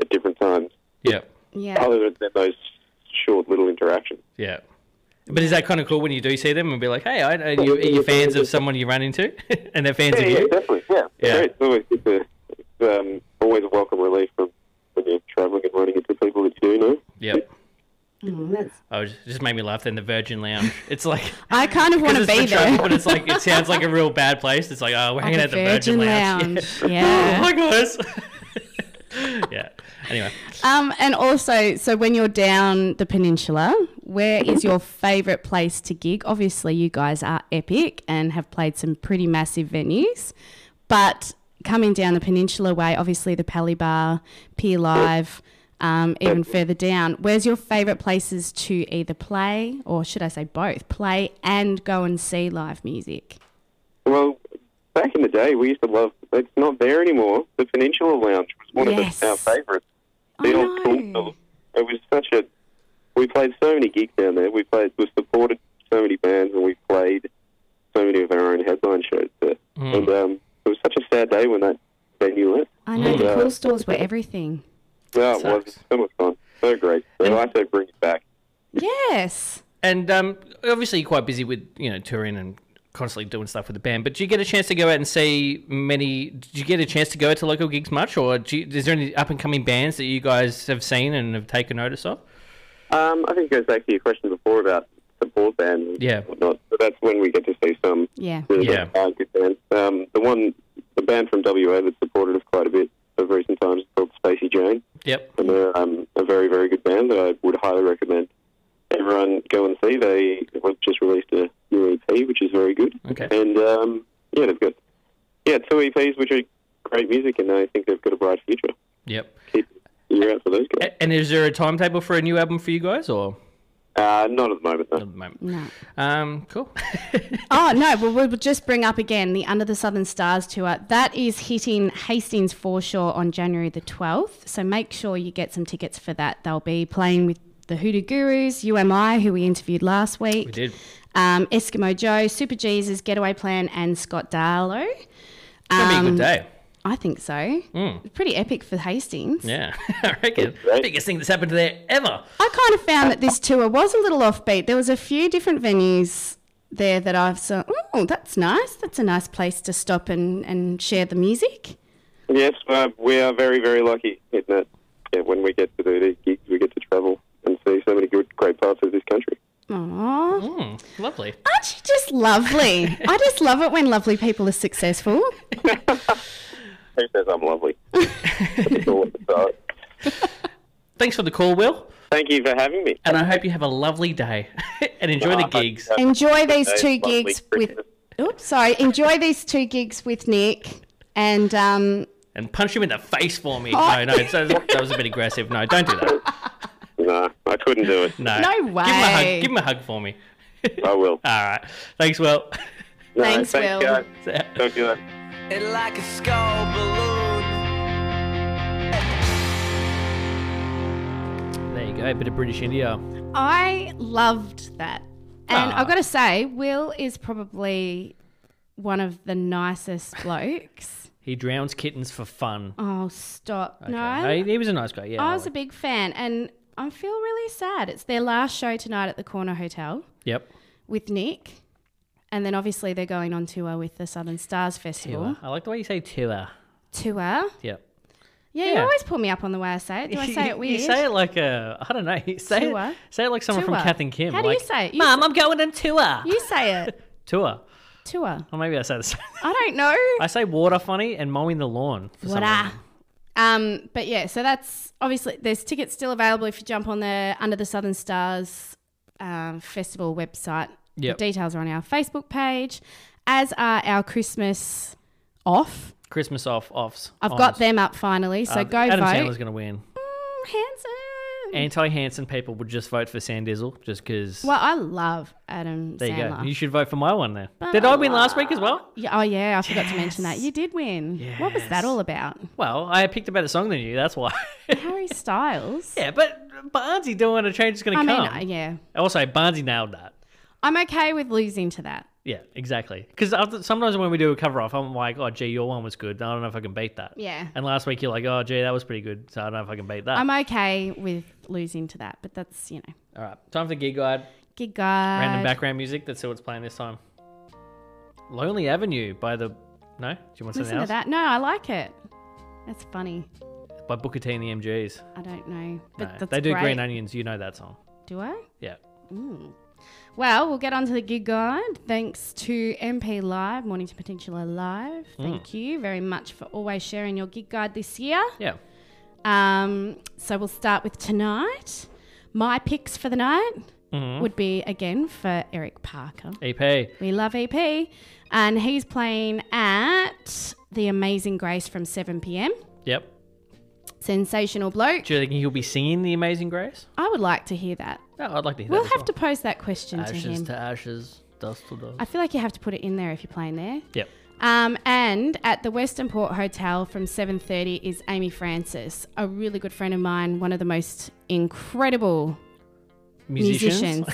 [SPEAKER 5] at different times,
[SPEAKER 1] Yeah.
[SPEAKER 2] Yeah.
[SPEAKER 5] other than those short little interactions.
[SPEAKER 1] Yeah. But is that kind of cool when you do see them and be like, hey, I, are, you, are you fans of someone you run into <laughs> and they're fans
[SPEAKER 5] Yeah,
[SPEAKER 1] of
[SPEAKER 5] yeah,
[SPEAKER 1] you?
[SPEAKER 5] definitely. Yeah,
[SPEAKER 1] Yeah.
[SPEAKER 5] It's always it's, a, it's um, always a welcome relief from when you're traveling and running into people that you do know.
[SPEAKER 1] Yep.
[SPEAKER 2] Oh, that's-
[SPEAKER 1] Oh, it just made me laugh then. The Virgin Lounge. It's like.
[SPEAKER 2] I kind of want
[SPEAKER 1] 'cause
[SPEAKER 2] to
[SPEAKER 1] it's
[SPEAKER 2] be
[SPEAKER 1] the trouble,
[SPEAKER 2] there.
[SPEAKER 1] but it's like, it sounds like a real bad place. It's like, oh, we're hanging out
[SPEAKER 2] the
[SPEAKER 1] at the Virgin,
[SPEAKER 2] Virgin
[SPEAKER 1] Lounge. <laughs>
[SPEAKER 2] Lounge, yeah.
[SPEAKER 1] oh, hi, guys. <laughs> yeah. Anyway.
[SPEAKER 2] Um, and also, so when you're down the peninsula, where is your favourite place to gig? Obviously, you guys are epic and have played some pretty massive venues, but coming down the peninsula way, obviously the Pally Bar, Pier Live, um, even further down, where's your favourite places to either play, or should I say both, play and go and see live music?
[SPEAKER 5] Well, back in the day, we used to love. It's not there anymore. The Peninsula Lounge was one
[SPEAKER 2] Yes.
[SPEAKER 5] of the, our favourites. The
[SPEAKER 2] I
[SPEAKER 5] old pool
[SPEAKER 2] know.
[SPEAKER 5] hall. It was such a. We played so many gigs down there. We played. We supported so many bands, and we played so many of our own headline shows there.
[SPEAKER 1] Hmm.
[SPEAKER 5] And um, it was such a sad day when that venue left.
[SPEAKER 2] I know the
[SPEAKER 5] Yeah.
[SPEAKER 2] cool stores were everything.
[SPEAKER 5] No, it was
[SPEAKER 1] Sucks.
[SPEAKER 5] so much fun. So great. So I say bring it back.
[SPEAKER 2] Yes.
[SPEAKER 1] And um, obviously, you're quite busy with you know touring and constantly doing stuff with the band. But do you get a chance to go out and see many? Did you get a chance to go out to local gigs much, or do you, is there any up and coming bands that you guys have seen and have taken notice of?
[SPEAKER 5] Um, I think it goes back to your question before about support bands and
[SPEAKER 1] Yeah.
[SPEAKER 5] whatnot. So that's when we get to see some
[SPEAKER 2] Yeah.
[SPEAKER 5] really
[SPEAKER 1] Yeah.
[SPEAKER 5] good, uh, good bands. Um, the one, the band from WA that supported us quite a bit of recent times is called Stacey Jane,
[SPEAKER 1] Yep.
[SPEAKER 5] and they're um, a very, very good band that I would highly recommend everyone go and see. They have just released a new EP, which is very good.
[SPEAKER 1] Okay.
[SPEAKER 5] And um, yeah, they've got yeah two EPs, which are great music, and I think they've got a bright future.
[SPEAKER 1] Yep.
[SPEAKER 5] Keep an ear out for those guys.
[SPEAKER 1] A- And is there a timetable for a new album for you guys, or
[SPEAKER 5] Uh, not at the moment, though.
[SPEAKER 1] at the moment?
[SPEAKER 2] No.
[SPEAKER 1] Um, cool. <laughs>
[SPEAKER 2] Oh no! Well, we'll just bring up again the Under the Southern Stars tour. That is hitting Hastings foreshore on January the twelfth. So make sure you get some tickets for that. They'll be playing with the Hoodoo Gurus, UMI, who we interviewed last week.
[SPEAKER 1] we did.
[SPEAKER 2] Um, Eskimo Joe, Super Jesus, Getaway Plan, and Scott Darlow.
[SPEAKER 1] It's gonna be a
[SPEAKER 2] Um,
[SPEAKER 1] good day.
[SPEAKER 2] I think so.
[SPEAKER 1] Hmm.
[SPEAKER 2] Pretty epic for Hastings.
[SPEAKER 1] Yeah, <laughs> I reckon.
[SPEAKER 5] Right.
[SPEAKER 1] Biggest thing that's happened there ever.
[SPEAKER 2] I kind of found that this tour was a little offbeat. There was a few different venues there that I've saw. Oh, that's nice. That's a nice place to stop and, and share the music.
[SPEAKER 5] Yes, uh, we are very, very lucky in that yeah, when we get to do these gigs, we get to travel and see so many good, great parts of this country.
[SPEAKER 2] Aww.
[SPEAKER 1] Mm, lovely.
[SPEAKER 2] Aren't you just lovely? I just love it when lovely people are successful.
[SPEAKER 5] Who says
[SPEAKER 2] <laughs>
[SPEAKER 5] I'm lovely? It's all at the start.
[SPEAKER 1] Thanks for the call, Will.
[SPEAKER 5] Thank you for having me.
[SPEAKER 1] And I hope you have a lovely day <laughs> and enjoy the gigs. <laughs>
[SPEAKER 2] Enjoy these two
[SPEAKER 5] Lovely
[SPEAKER 2] gigs with.
[SPEAKER 5] Christmas.
[SPEAKER 2] Oops, sorry. Enjoy these two gigs with Nick. And um,
[SPEAKER 1] and punch him in the face for me.
[SPEAKER 2] Oh.
[SPEAKER 1] No, no, it's- that was a bit aggressive. No, don't do that.
[SPEAKER 5] No, I couldn't do
[SPEAKER 2] <laughs>
[SPEAKER 5] it.
[SPEAKER 1] No,
[SPEAKER 2] No
[SPEAKER 1] Give him a hug.
[SPEAKER 2] way.
[SPEAKER 1] Give him a hug for me.
[SPEAKER 5] I will.
[SPEAKER 1] All right. Thanks, Will. <laughs>
[SPEAKER 5] No,
[SPEAKER 2] Thanks, Will.
[SPEAKER 5] guys.
[SPEAKER 1] See ya.
[SPEAKER 5] Talk to you later.
[SPEAKER 4] It like a skull balloon.
[SPEAKER 1] there you go. A bit of British India.
[SPEAKER 2] I loved that. And
[SPEAKER 1] Ah.
[SPEAKER 2] I've got to say, Will is probably one of the nicest blokes.
[SPEAKER 1] He drowns kittens for fun.
[SPEAKER 2] Oh, stop. No.
[SPEAKER 1] Okay. He, he was a nice guy. Yeah.
[SPEAKER 2] I was a big fan. And I feel really sad. It's their last show tonight at the Corner Hotel
[SPEAKER 1] Yep.
[SPEAKER 2] with Nick. And then obviously they're going on tour with the Southern Stars Festival.
[SPEAKER 1] Tour. I like the way you say tour.
[SPEAKER 2] Tour.
[SPEAKER 1] Yep.
[SPEAKER 2] Yeah, you
[SPEAKER 1] Yeah.
[SPEAKER 2] always put me up on the way I say it. Do I say it
[SPEAKER 1] <laughs>
[SPEAKER 2] weird?
[SPEAKER 1] You say it like a I don't know. <laughs> You say
[SPEAKER 2] Tour.
[SPEAKER 1] it say it like someone
[SPEAKER 2] Tour.
[SPEAKER 1] from Kath and Kim.
[SPEAKER 2] How do you
[SPEAKER 1] like,
[SPEAKER 2] say it? You
[SPEAKER 1] Mum, I'm going on tour.
[SPEAKER 2] You say it.
[SPEAKER 1] <laughs> tour.
[SPEAKER 2] Tour.
[SPEAKER 1] Or maybe I say the same.
[SPEAKER 2] I don't know.
[SPEAKER 1] I say water funny and mowing the lawn. For some
[SPEAKER 2] Water.
[SPEAKER 1] reason.
[SPEAKER 2] Um, but yeah, so that's obviously there's tickets still available if you jump on the Under the Southern Stars um, Festival website.
[SPEAKER 1] Yep.
[SPEAKER 2] The details are on our Facebook page, as are our Christmas off.
[SPEAKER 1] Christmas off offs.
[SPEAKER 2] I've
[SPEAKER 1] ons.
[SPEAKER 2] got them up finally, so
[SPEAKER 1] Uh,
[SPEAKER 2] go
[SPEAKER 1] Adam
[SPEAKER 2] vote.
[SPEAKER 1] Sandler's going to win.
[SPEAKER 2] Mm, handsome.
[SPEAKER 1] Anti Hanson people would just vote for Sandizzle just because.
[SPEAKER 2] well, I love Adam
[SPEAKER 1] there you
[SPEAKER 2] Sandler.
[SPEAKER 1] go. You should vote for my one there. Did I win last week as well?
[SPEAKER 2] Yeah, oh yeah, I forgot to mention that. You did win. What was that
[SPEAKER 1] Yes.
[SPEAKER 2] all about?
[SPEAKER 1] Well, I picked a better song than you. That's why. <laughs>
[SPEAKER 2] Harry Styles.
[SPEAKER 1] yeah, but Barnsley doing a change is going
[SPEAKER 2] I
[SPEAKER 1] to
[SPEAKER 2] mean,
[SPEAKER 1] come.
[SPEAKER 2] uh, yeah.
[SPEAKER 1] Also, Barnsley nailed that.
[SPEAKER 2] I'm okay with losing to that.
[SPEAKER 1] Yeah, exactly. Because sometimes when we do a cover off, I'm like, oh, gee, your one was good. I don't know if I can beat that.
[SPEAKER 2] Yeah.
[SPEAKER 1] And last week you're like, oh, gee, that was pretty good. So I don't know if I can beat that.
[SPEAKER 2] I'm okay with losing to that, but that's, you know,
[SPEAKER 1] All right, time for the gig guide.
[SPEAKER 2] gig guide.
[SPEAKER 1] Random background music. Let's see what's playing this time. Lonely Avenue by the. No? Do you want something
[SPEAKER 2] Listen to
[SPEAKER 1] else?
[SPEAKER 2] that. No, I like it. That's funny.
[SPEAKER 1] By Booker T and the MGs.
[SPEAKER 2] I don't know. But
[SPEAKER 1] No,
[SPEAKER 2] that's
[SPEAKER 1] they do
[SPEAKER 2] great.
[SPEAKER 1] Green Onions. You know that song.
[SPEAKER 2] Do I?
[SPEAKER 1] Yeah.
[SPEAKER 2] Well, we'll get on to the gig guide. Thanks to MP Live, Mornington Peninsula Live.
[SPEAKER 1] Hmm.
[SPEAKER 2] Thank you very much for always sharing your gig guide this year.
[SPEAKER 1] Yeah.
[SPEAKER 2] Um, so we'll start with tonight. My picks for the night
[SPEAKER 1] Mm-hmm.
[SPEAKER 2] would be again for Eric Parker.
[SPEAKER 1] EP.
[SPEAKER 2] We love EP, and he's playing at the Amazing Grace from 7 p.m.
[SPEAKER 1] Yep.
[SPEAKER 2] Sensational bloke.
[SPEAKER 1] Do you think he'll be singing The Amazing Grace?
[SPEAKER 2] I would like to hear that.
[SPEAKER 1] No, I'd like to hear
[SPEAKER 2] We'll
[SPEAKER 1] that. as
[SPEAKER 2] have
[SPEAKER 1] well.
[SPEAKER 2] to pose that question to
[SPEAKER 1] Ashes
[SPEAKER 2] him.
[SPEAKER 1] to ashes, dust to dust.
[SPEAKER 2] I feel like you have to put it in there if you're playing there. <laughs>
[SPEAKER 1] Yep.
[SPEAKER 2] Um, and at the Western Port Hotel from 7:30 is Amy Francis, a really good friend of mine, one of the most incredible
[SPEAKER 1] Musicians.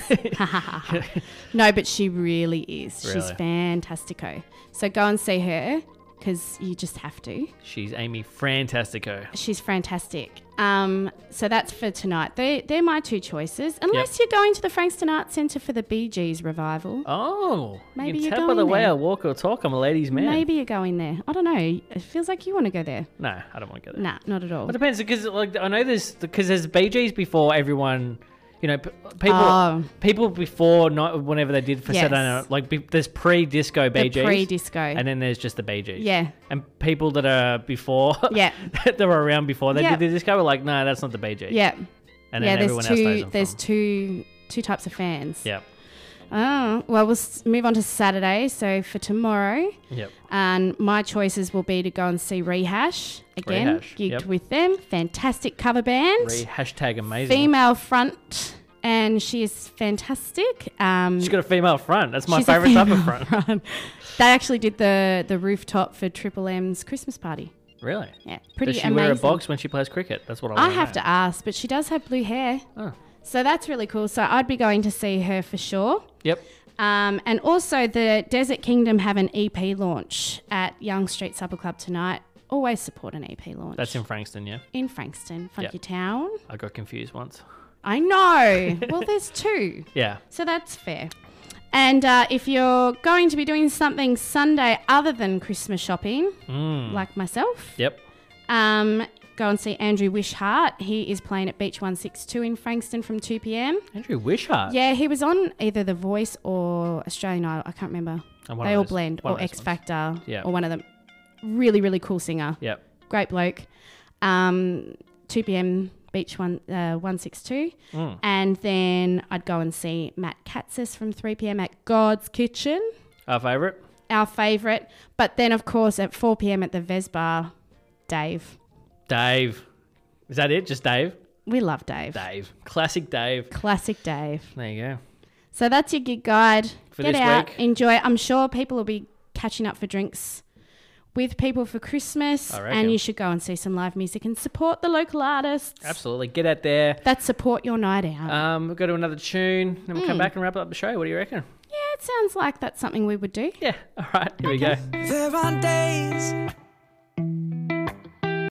[SPEAKER 2] <laughs> no, but she really is. She's
[SPEAKER 1] Really?
[SPEAKER 2] fantastico. So go and see her because you just have to.
[SPEAKER 1] <laughs> She's Amy Fantastico.
[SPEAKER 2] She's fantastic. Um, so that's for tonight. They, they're my two choices, unless you're going to the Frankston Arts Centre for the Bee Gees revival.
[SPEAKER 1] Oh,
[SPEAKER 2] Maybe
[SPEAKER 1] you
[SPEAKER 2] you're
[SPEAKER 1] can tell by the
[SPEAKER 2] going
[SPEAKER 1] way
[SPEAKER 2] there.
[SPEAKER 1] I walk or talk. I'm a ladies' Oh, man.
[SPEAKER 2] Maybe you're going there. I don't know. It feels like you want to go there.
[SPEAKER 1] No, I don't want to go there.
[SPEAKER 2] Nah, not at all.
[SPEAKER 1] It depends because like I know there's because there's BGs before everyone, you know, p- people
[SPEAKER 2] Oh.
[SPEAKER 1] people before not whenever they did for
[SPEAKER 2] Yes.
[SPEAKER 1] Saturday night like be, there's pre-disco
[SPEAKER 2] The
[SPEAKER 1] BGs,
[SPEAKER 2] pre-disco.
[SPEAKER 1] and then there's just the BGs.
[SPEAKER 2] Yeah.
[SPEAKER 1] and people that are before,
[SPEAKER 2] Yeah.
[SPEAKER 1] <laughs> that were around before they
[SPEAKER 2] Yeah.
[SPEAKER 1] did the disco were like, no, that's not the BGs.
[SPEAKER 2] yeah,
[SPEAKER 1] and
[SPEAKER 2] yeah.
[SPEAKER 1] then
[SPEAKER 2] There's
[SPEAKER 1] everyone else knows
[SPEAKER 2] two.
[SPEAKER 1] them
[SPEAKER 2] There's
[SPEAKER 1] from.
[SPEAKER 2] two two types of fans.
[SPEAKER 1] Yep,
[SPEAKER 2] Oh well, we'll s- move on to Saturday. So for tomorrow,
[SPEAKER 1] yep.
[SPEAKER 2] And my choices will be to go and see Rehash again,
[SPEAKER 1] Rehash,
[SPEAKER 2] gigged
[SPEAKER 1] yep.
[SPEAKER 2] with them. Fantastic cover band,
[SPEAKER 1] Re- hashtag amazing.
[SPEAKER 2] female front, and she is fantastic. Um,
[SPEAKER 1] She's got a female front. That's my
[SPEAKER 2] she's a
[SPEAKER 1] favorite type of
[SPEAKER 2] female
[SPEAKER 1] front. <laughs>
[SPEAKER 2] <laughs> they actually did the the rooftop for Triple M's Christmas party.
[SPEAKER 1] Really?
[SPEAKER 2] Yeah, pretty
[SPEAKER 1] Does she
[SPEAKER 2] amazing.
[SPEAKER 1] wear a box when she plays cricket? That's what I.
[SPEAKER 2] I
[SPEAKER 1] wanna
[SPEAKER 2] have
[SPEAKER 1] know.
[SPEAKER 2] to ask, but she does have blue hair,
[SPEAKER 1] Oh.
[SPEAKER 2] so that's really cool. So I'd be going to see her for sure.
[SPEAKER 1] Yep.
[SPEAKER 2] Um, and also, the Desert Kingdom have an EP launch at Young Street Supper Club tonight. Always support an EP launch.
[SPEAKER 1] That's in Frankston. Yeah,
[SPEAKER 2] in Frankston, Funky
[SPEAKER 1] Yep.
[SPEAKER 2] Town.
[SPEAKER 1] I got confused once. <laughs>
[SPEAKER 2] I know. well, there's two,
[SPEAKER 1] Yeah.
[SPEAKER 2] so that's fair. And uh, if you're going to be doing something Sunday other than Christmas shopping,
[SPEAKER 1] Mm.
[SPEAKER 2] like myself,
[SPEAKER 1] Yep.
[SPEAKER 2] um, go and see Andrew Wishart. He is playing at Beach 162 in Frankston from 2 p.m.
[SPEAKER 1] Andrew Wishart.
[SPEAKER 2] Yeah, he was on either The Voice or Australian Idol. I can't remember.
[SPEAKER 1] And one
[SPEAKER 2] they
[SPEAKER 1] of
[SPEAKER 2] all
[SPEAKER 1] those-
[SPEAKER 2] blend,
[SPEAKER 1] one
[SPEAKER 2] or
[SPEAKER 1] of those
[SPEAKER 2] X
[SPEAKER 1] ones.
[SPEAKER 2] Factor,
[SPEAKER 1] Yeah.
[SPEAKER 2] or one of them. Really, really cool singer.
[SPEAKER 1] Yep.
[SPEAKER 2] great bloke. Um, 2 p.m. Beach one uh, 162,
[SPEAKER 1] Hmm.
[SPEAKER 2] and then I'd go and see Matt Katzis from 3 p.m. at God's Kitchen,
[SPEAKER 1] Our favourite.
[SPEAKER 2] our favourite. But then, of course, at 4 p.m. at the Vesbar, Dave.
[SPEAKER 1] Dave. Is that it? Just Dave?
[SPEAKER 2] We love Dave.
[SPEAKER 1] Dave. Classic Dave.
[SPEAKER 2] Classic Dave.
[SPEAKER 1] There you go.
[SPEAKER 2] So that's your gig guide.
[SPEAKER 1] For
[SPEAKER 2] Get
[SPEAKER 1] this
[SPEAKER 2] out,
[SPEAKER 1] week.
[SPEAKER 2] enjoy. I'm sure people will be catching up for drinks with people for Christmas,
[SPEAKER 1] I reckon.
[SPEAKER 2] and you should go and see some live music and support the local artists.
[SPEAKER 1] Absolutely. Get out there.
[SPEAKER 2] That support your night out.
[SPEAKER 1] Um, we'll go to another tune, and we'll
[SPEAKER 2] Hmm.
[SPEAKER 1] come back and wrap up the show. What do you reckon?
[SPEAKER 2] Yeah, it sounds like that's something we would do.
[SPEAKER 1] Yeah. All right. Here we go.
[SPEAKER 4] There are days